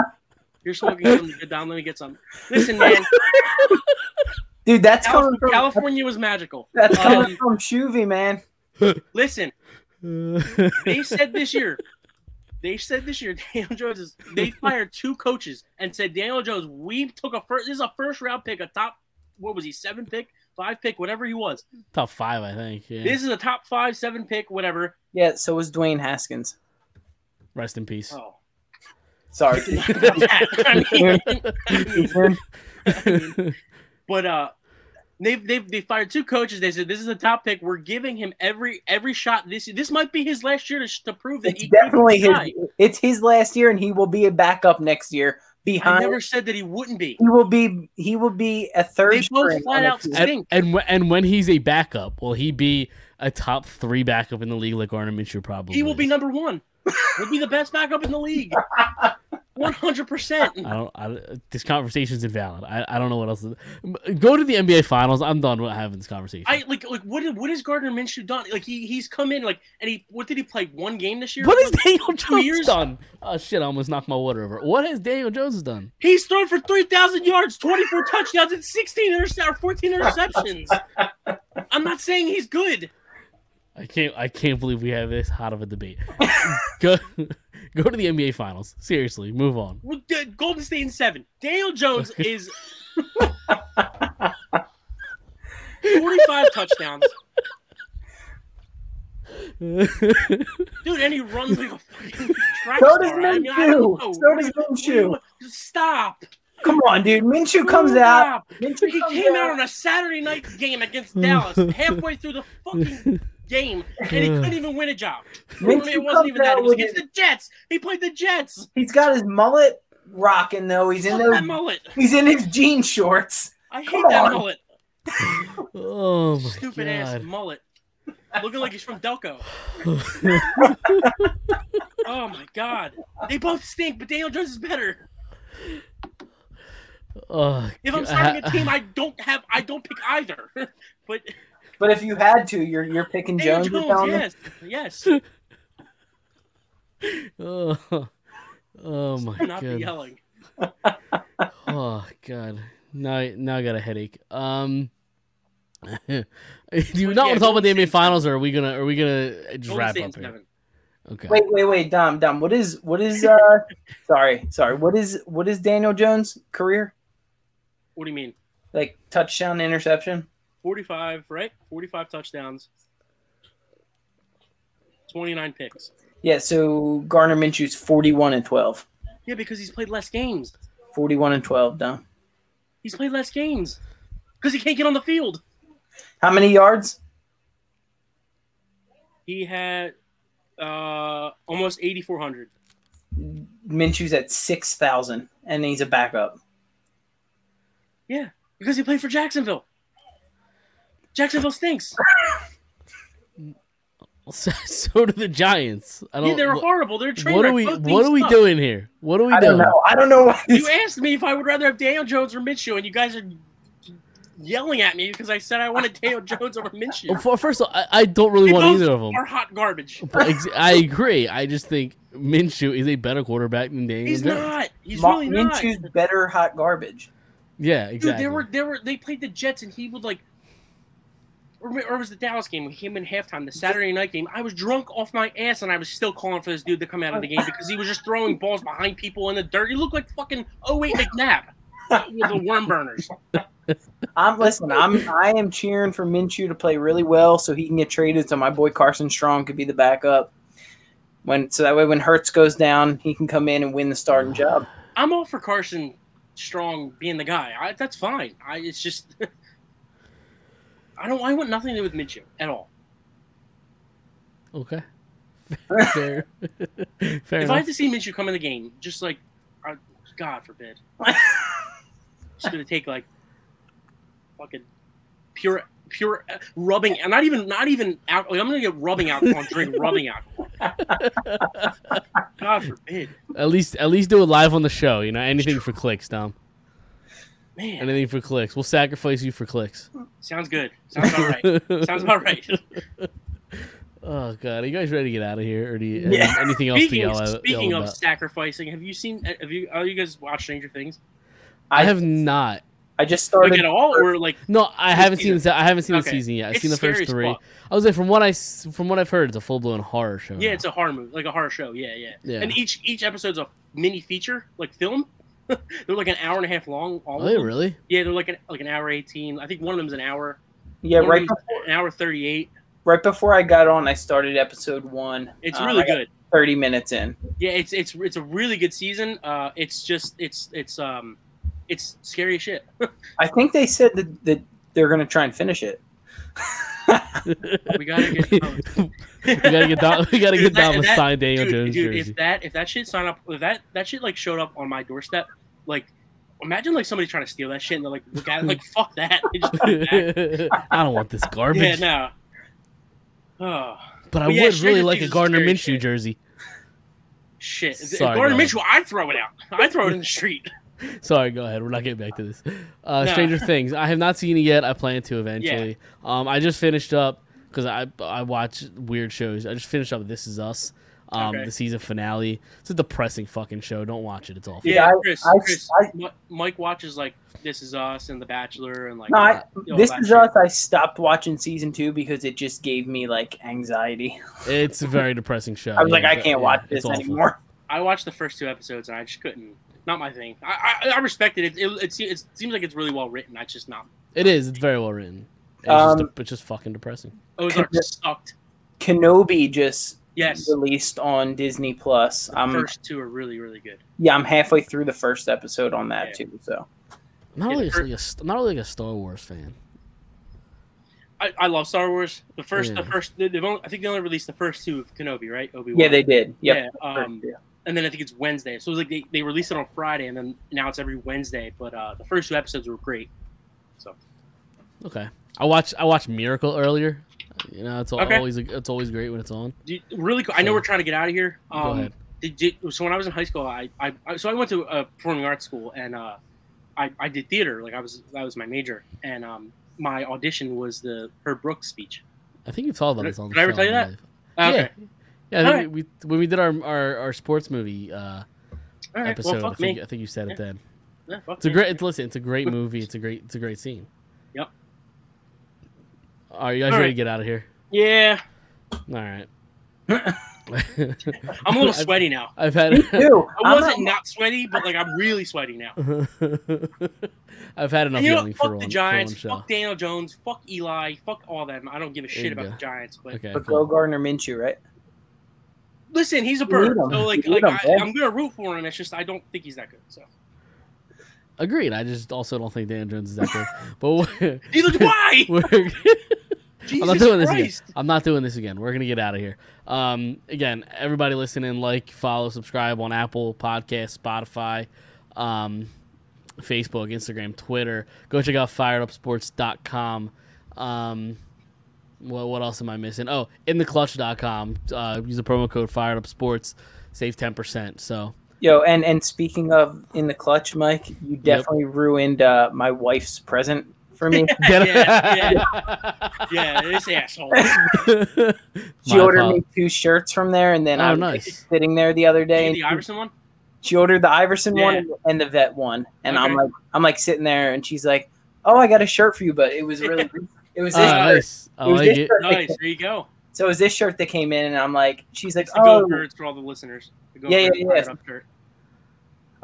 C: You're smoking something good, Dom. Let me get some. Listen, man,
D: Dude, that's coming
C: California,
D: from
C: California was magical.
D: That's
C: Um,
D: coming from Shuvy, man.
C: listen,
B: Uh,
C: they said this year, they said this year, Daniel Jones is. They fired two coaches and said, Daniel Jones, we took a first. This is a first round pick, a top. What was he? Seven pick, five pick, whatever he was.
B: Top five, I think. Yeah.
C: This is a top five, seven pick, whatever.
D: Yeah, so was Dwayne Haskins.
B: Rest in peace.
C: Oh,
D: Sorry.
C: I mean,
D: He's in.
C: But uh, they've they've they fired two coaches. They said this is the top pick. We're giving him every every shot. This this might be his last year to, to prove that
D: It's
C: he can
D: definitely his.
C: try.
D: It's his last year, and he will be a backup next year.
C: I
D: Behind,
C: never said that he wouldn't be.
D: he will be. He will be a third.
C: They both
D: string
C: flat
D: on a
C: out
D: team.
C: said-
B: And
C: Think.
B: and, wh- and when he's a backup, will he be a top three backup in the league like Arna Minshew probably?
C: He will be
B: is?
C: number one. He'll be the best backup in the league. One hundred percent.
B: I don't. I, this conversation's invalid. I, I don't know what else. is- Go to the NBA Finals. I'm done with having this conversation.
C: I like like what did- what has Gardner Minshew done? Like he he's come in like and he what did he play one game this year?
B: what has Daniel Jones
C: years-
B: done? Oh shit! I almost knocked my water over. What has Daniel Jones done?
C: He's thrown for three thousand yards, twenty four touchdowns, and sixteen interce- or fourteen interceptions. I'm not saying he's good.
B: I can't. I can't believe we have this hot of a debate. go, go to the NBA Finals. Seriously, move on.
C: Well, D- Golden State in seven. Daniel Jones is forty five touchdowns, dude, and he runs like a fucking track
D: So does
C: star. I mean, I don't know.
D: Minshew. So does Minshew.
C: Stop.
D: Come on, dude. Minshew comes out. Minshew
C: He
D: comes
C: came out on a Saturday night game against Dallas halfway through the fucking game, and he couldn't even win a job. I mean,
D: Minshew
C: it wasn't even
D: comes
C: that. It
D: out
C: was
D: with
C: against
D: his-
C: the Jets. He played the Jets.
D: He's got his mullet rocking though. He's in
C: Fuck that
D: those.
C: mullet.
D: He's in his jean shorts.
C: I hate
D: Come
C: that
D: on.
C: mullet.
B: Oh my
C: Stupid ass
B: god!
C: mullet. Looking like he's from Delco. oh my god. They both stink, but Daniel Jones is better.
B: Oh,
C: If I'm
B: God.
C: starting a team, I don't have I don't pick either. but
D: But if you had to, you're you're picking
C: Daniel
D: Jones. you're
C: Jones,
D: telling me?
C: yes. Yes.
B: Oh, oh my
C: Do not be
B: god!
C: yelling.
B: Oh god! Now, I- now I got a headache. Um, do you not
C: yeah,
B: want to talk about the
C: Golden
B: NBA
C: State's-
B: Finals, or are we gonna are we gonna just
C: Golden
B: wrap
C: State in
B: up here?
C: seven.
B: Okay.
D: Wait, wait, wait, Dom, Dom. What is what is uh? sorry, sorry. What is what is Daniel Jones' career?
C: What do you mean?
D: Like touchdown, interception.
C: 45, right? 45 touchdowns. 29 picks.
D: Yeah. So Garner Minshew's forty-one and twelve.
C: Yeah, because he's played less games.
D: Forty-one and twelve, Dom.
C: He's played less games. Because he can't get on the field.
D: How many yards?
C: He had uh, almost 8,400.
D: Minshew's at six thousand, and he's a backup.
C: Yeah, because he played for Jacksonville. Jacksonville stinks.
B: So, so do the Giants. I don't.
C: Yeah, they're
B: wh-
C: horrible. They're a train
B: what are
C: wreck.
B: we?
C: Both
B: What
C: teams
B: are we
C: suck.
B: doing here? What are we
D: I
B: doing?
D: don't know. I don't know why.
C: You
D: This,
C: asked me if I would rather have Daniel Jones or Minshew, and you guys are yelling at me because I said I wanted Daniel Jones over
B: Well,
C: Minshew.
B: for- Oh, First of all, I, I don't really
C: They
B: want
C: both
B: either of them.
C: Are hot garbage.
B: But ex- I agree. I just think Minshew is a better quarterback than Daniel
C: He's
B: Jones.
C: not. He's
D: Ma-
C: really not.
D: Minshew's better hot garbage.
B: Yeah,
C: Dude,
B: exactly.
C: they were they were they played the Jets and he would like, or, or it was the Dallas game when he came in halftime, the Saturday night game. I was drunk off my ass and I was still calling for this dude to come out of the game because he was just throwing balls behind people in the dirt. He looked like fucking 08 McNabb with the worm burners.
D: I'm listen. I'm I am cheering for Minshew to play really well so he can get traded so my boy Carson Strong could be the backup. When so that way when Hertz goes down, he can come in and win the starting job.
C: I'm all for Carson Strong being the guy. I, that's fine. I it's just I don't I want nothing to do with Minshew at all.
B: okay. Fair. Fair
C: if I
B: enough.
C: had to see Minshew come in the game, just like, I, God forbid, it's gonna take like fucking pure, pure uh, rubbing, and not even, not even out. Like, I'm gonna get rubbing alcohol and drink rubbing alcohol. God forbid,
B: At least, at least do it live on the show. You know, anything for clicks, Dom.
C: man.
B: Anything for clicks. We'll sacrifice you for clicks.
C: sounds good. Sounds all right. Sounds about right.
B: Oh god, are you guys ready to get out of here, or do you
D: Yeah.
B: anything else
C: Speaking,
B: to
C: of,
B: yell, at-
C: speaking
B: yell
C: of
B: about?
C: sacrificing, have you seen? uh, Have you? Are you guys watch Stranger Things?
B: I have not.
D: I just
C: Like
D: started.
C: at all, or like
B: No, I haven't seen.
C: season.
B: The, I haven't seen
C: Okay.
B: the season yet. I've
C: It's
B: seen the
C: scary
B: first
C: as
B: three.
C: fuck.
B: I was like, from what I s- from what I've heard, it's a full blown horror show.
C: Yeah,
B: now.
C: it's a horror movie, like a horror show. Yeah, yeah.
B: Yeah.
C: And each each episode's a mini feature, like film. they're like an hour and a half long. All
B: Oh,
C: of
B: yeah,
C: them.
B: really?
C: Yeah, they're like an like an hour eighteen. I think one of them's an hour.
D: yeah,
C: one of
D: right.
C: them's
D: bef-
C: an hour thirty eight.
D: Right before I got on, I started episode one.
C: It's
D: Uh,
C: really
D: I got
C: good.
D: Thirty minutes in.
C: Yeah, it's it's it's a really good season. Uh, it's just it's it's um it's scary as shit.
D: I think they said that, that they're going to try and finish it.
C: we gotta get. Dom-
B: we gotta get Dom. We gotta get
C: If that-
B: Dom a
C: if that-
B: signed Daniel
C: dude,
B: Jones
C: dude,
B: jersey.
C: If that if that shit sign up, if that that shit like showed up on my doorstep, like imagine like somebody trying to steal that shit and they're like, look at it, like fuck that. They just put it back.
B: I don't want this garbage,
C: yeah, no. Oh
B: but I
C: But yeah,
B: would
C: Stranger
B: really like a
C: Things is
B: Gardner
C: scary
B: Minshew
C: shit.
B: jersey.
C: shit! If- if
B: Sorry,
C: Gardner
B: no.
C: Mitchell, I throw it out. I throw it in the street.
B: Sorry, go ahead. We're not getting back to this. Uh,
C: No.
B: Stranger Things. I have not seen it yet. I plan to eventually. Um, I just finished up because I I watch weird shows. I just finished up This Is Us, um,
C: Okay.
B: the season finale. It's a depressing fucking show. Don't watch it. It's awful.
C: Yeah,
D: I-
C: Chris.
D: I-
C: Chris
D: I-
C: Mi- Mike watches like This Is Us and The Bachelor and like.
D: No, I,
C: all
D: this
C: that
D: is
C: shit.
D: us. I stopped watching season two because it just gave me like anxiety.
B: It's a very depressing show.
D: I was like,
B: Yeah,
D: I
B: but-
D: can't
B: yeah,
D: watch
B: it's
D: this
B: awful.
D: anymore.
C: I watched the first two episodes and I just couldn't. Not my thing. I I, I respect it. It, it, it. se- it seems like it's really well written. I just not.
B: It is. It's very well written. It's,
D: Um,
B: just, it's just fucking depressing.
C: Ozark
D: Could-
C: sucked.
D: Kenobi just
C: Yes, the
D: released on Disney Plus.
B: Um,
D: I'm
C: first two are really really good.
D: yeah, I'm halfway through the first episode on that
C: Yeah.
D: too. So
B: I'm not
C: It
B: really,
C: hurt-
B: like a, st- I'm not really like a Star Wars fan.
C: I, I love Star Wars. The first, the
B: Yeah.
C: first, they- they've only, I think they only released the first two of Kenobi, right? Obi Wan.
D: yeah, they did. Yep.
C: Yeah. Um,
D: First, yeah.
C: and then I think it's Wednesday. So it was like they, they released it on Friday, and then now it's every Wednesday. But uh, the first two episodes were great.
B: Okay. I watched I watched Miracle earlier. You know, it's al-
C: Okay.
B: always it's always great when it's on.
C: Dude, really cool. I know
B: So-
C: we're trying to get out of here.
B: Go
C: Um,
B: ahead.
C: Did, did- so when I was in high school, I, I I- so I went to a performing arts school and uh, I I did theater. Like I was that was my major, and um, my audition was the Herb Brooks speech.
B: I think you've talked about
C: Did I-
B: this on the
C: did I ever
B: show,
C: tell you that?
B: believe.
C: Okay.
B: Ah, Yeah, yeah. I
C: All
B: think we, we- when we did our our, our sports movie uh,
C: All right.
B: episode,
C: well,
B: I
C: fuck
B: think
C: me.
B: I think you said it
C: Yeah.
B: then.
C: Yeah, fuck
B: It's a
C: me.
B: great. It's, listen, it's a great movie. It's a great. It's a great scene.
C: Yep.
B: All right, you guys
C: All
B: ready to
C: right.
B: get out of here?
C: Yeah,
B: All right.
C: I'm a little
B: I've-
C: sweaty now.
B: I've had.
D: Me too.
C: I
D: I'm
C: wasn't
D: not-
C: not sweaty, but like I'm really sweaty now.
B: I've had enough
C: And you know,
B: yelling
C: what?
B: for
C: fuck
B: one,
C: the
B: for
C: Giants,
B: one show.
C: fuck Daniel Jones, fuck Eli, fuck all them. I don't give a
B: you
C: shit about
B: go.
C: the Giants. But
B: Okay.
D: But
B: cool.
D: Go Gardner Minshew, right?
C: listen, he's a
D: You need
C: bird.
D: him.
C: So like,
D: You need
C: like
D: him,
C: I,
D: man.
C: I'm gonna root for him. It's just I don't think he's that good. So
B: Agreed. I just also don't think Dan Jones is that good. But
C: he's like, why?
B: we're,
C: Jesus
B: I'm not doing this
C: Christ.
B: again. I'm not doing this again. We're gonna get out of here. Um, again, everybody listening, like, follow, subscribe on Apple Podcasts, Spotify, um, Facebook, Instagram, Twitter. Go check out firedupsports.com. Um, what, what else am I missing? Oh, intheclutch.com. Uh, use the promo code firedupsports. Save ten percent. So
D: Yo, and and speaking of in the clutch, Mike, you definitely ruined uh, my wife's present for me.
B: get
C: Yeah, Yeah, this asshole.
D: she ordered me two shirts from there, and then
B: Oh,
D: I was
B: nice.
D: sitting there the other day, and
C: the Iverson one.
D: she ordered the Iverson one
C: Yeah.
D: and the- and the vet one, and I'm
C: Okay.
D: like, I'm like sitting there, and she's like, "Oh, I got a shirt for you," but it was really, it was
B: Oh,
D: this shirt.
B: nice. I
D: It was
B: like
D: this
B: it.
D: shirt that-
C: Nice. There you go.
D: So it was this shirt that came in, and I'm like, she's like,
C: It's the
D: "Oh,
C: Go Birds for all the listeners. The Go
D: Yeah, yeah,
C: Birds
D: yeah.
C: Fired Up shirt.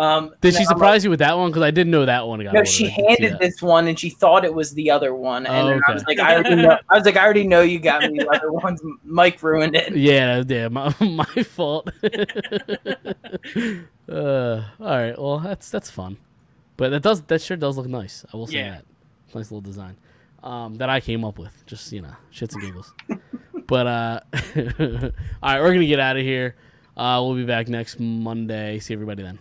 D: um."
B: Did
D: and
B: she
D: I'm
B: surprise you with that one? Because I didn't know that one got.
D: Like, no,
B: ordered.
D: she
B: I didn't see
D: handed
B: that.
D: this one, and she thought it was the other one, and
B: Oh,
D: then I
B: okay.
D: was like, "I already know." I was like, "I already know you got me the other ones." Mike ruined it.
B: Yeah, yeah, my, my fault. uh, all right, well that's that's fun, but that does that sure does look nice. I will say
C: Yeah.
B: that nice little design um, that I came up with. Just you know, shits and giggles. but uh, all right, we're gonna get out of here. Uh, we'll be back next Monday. See everybody then.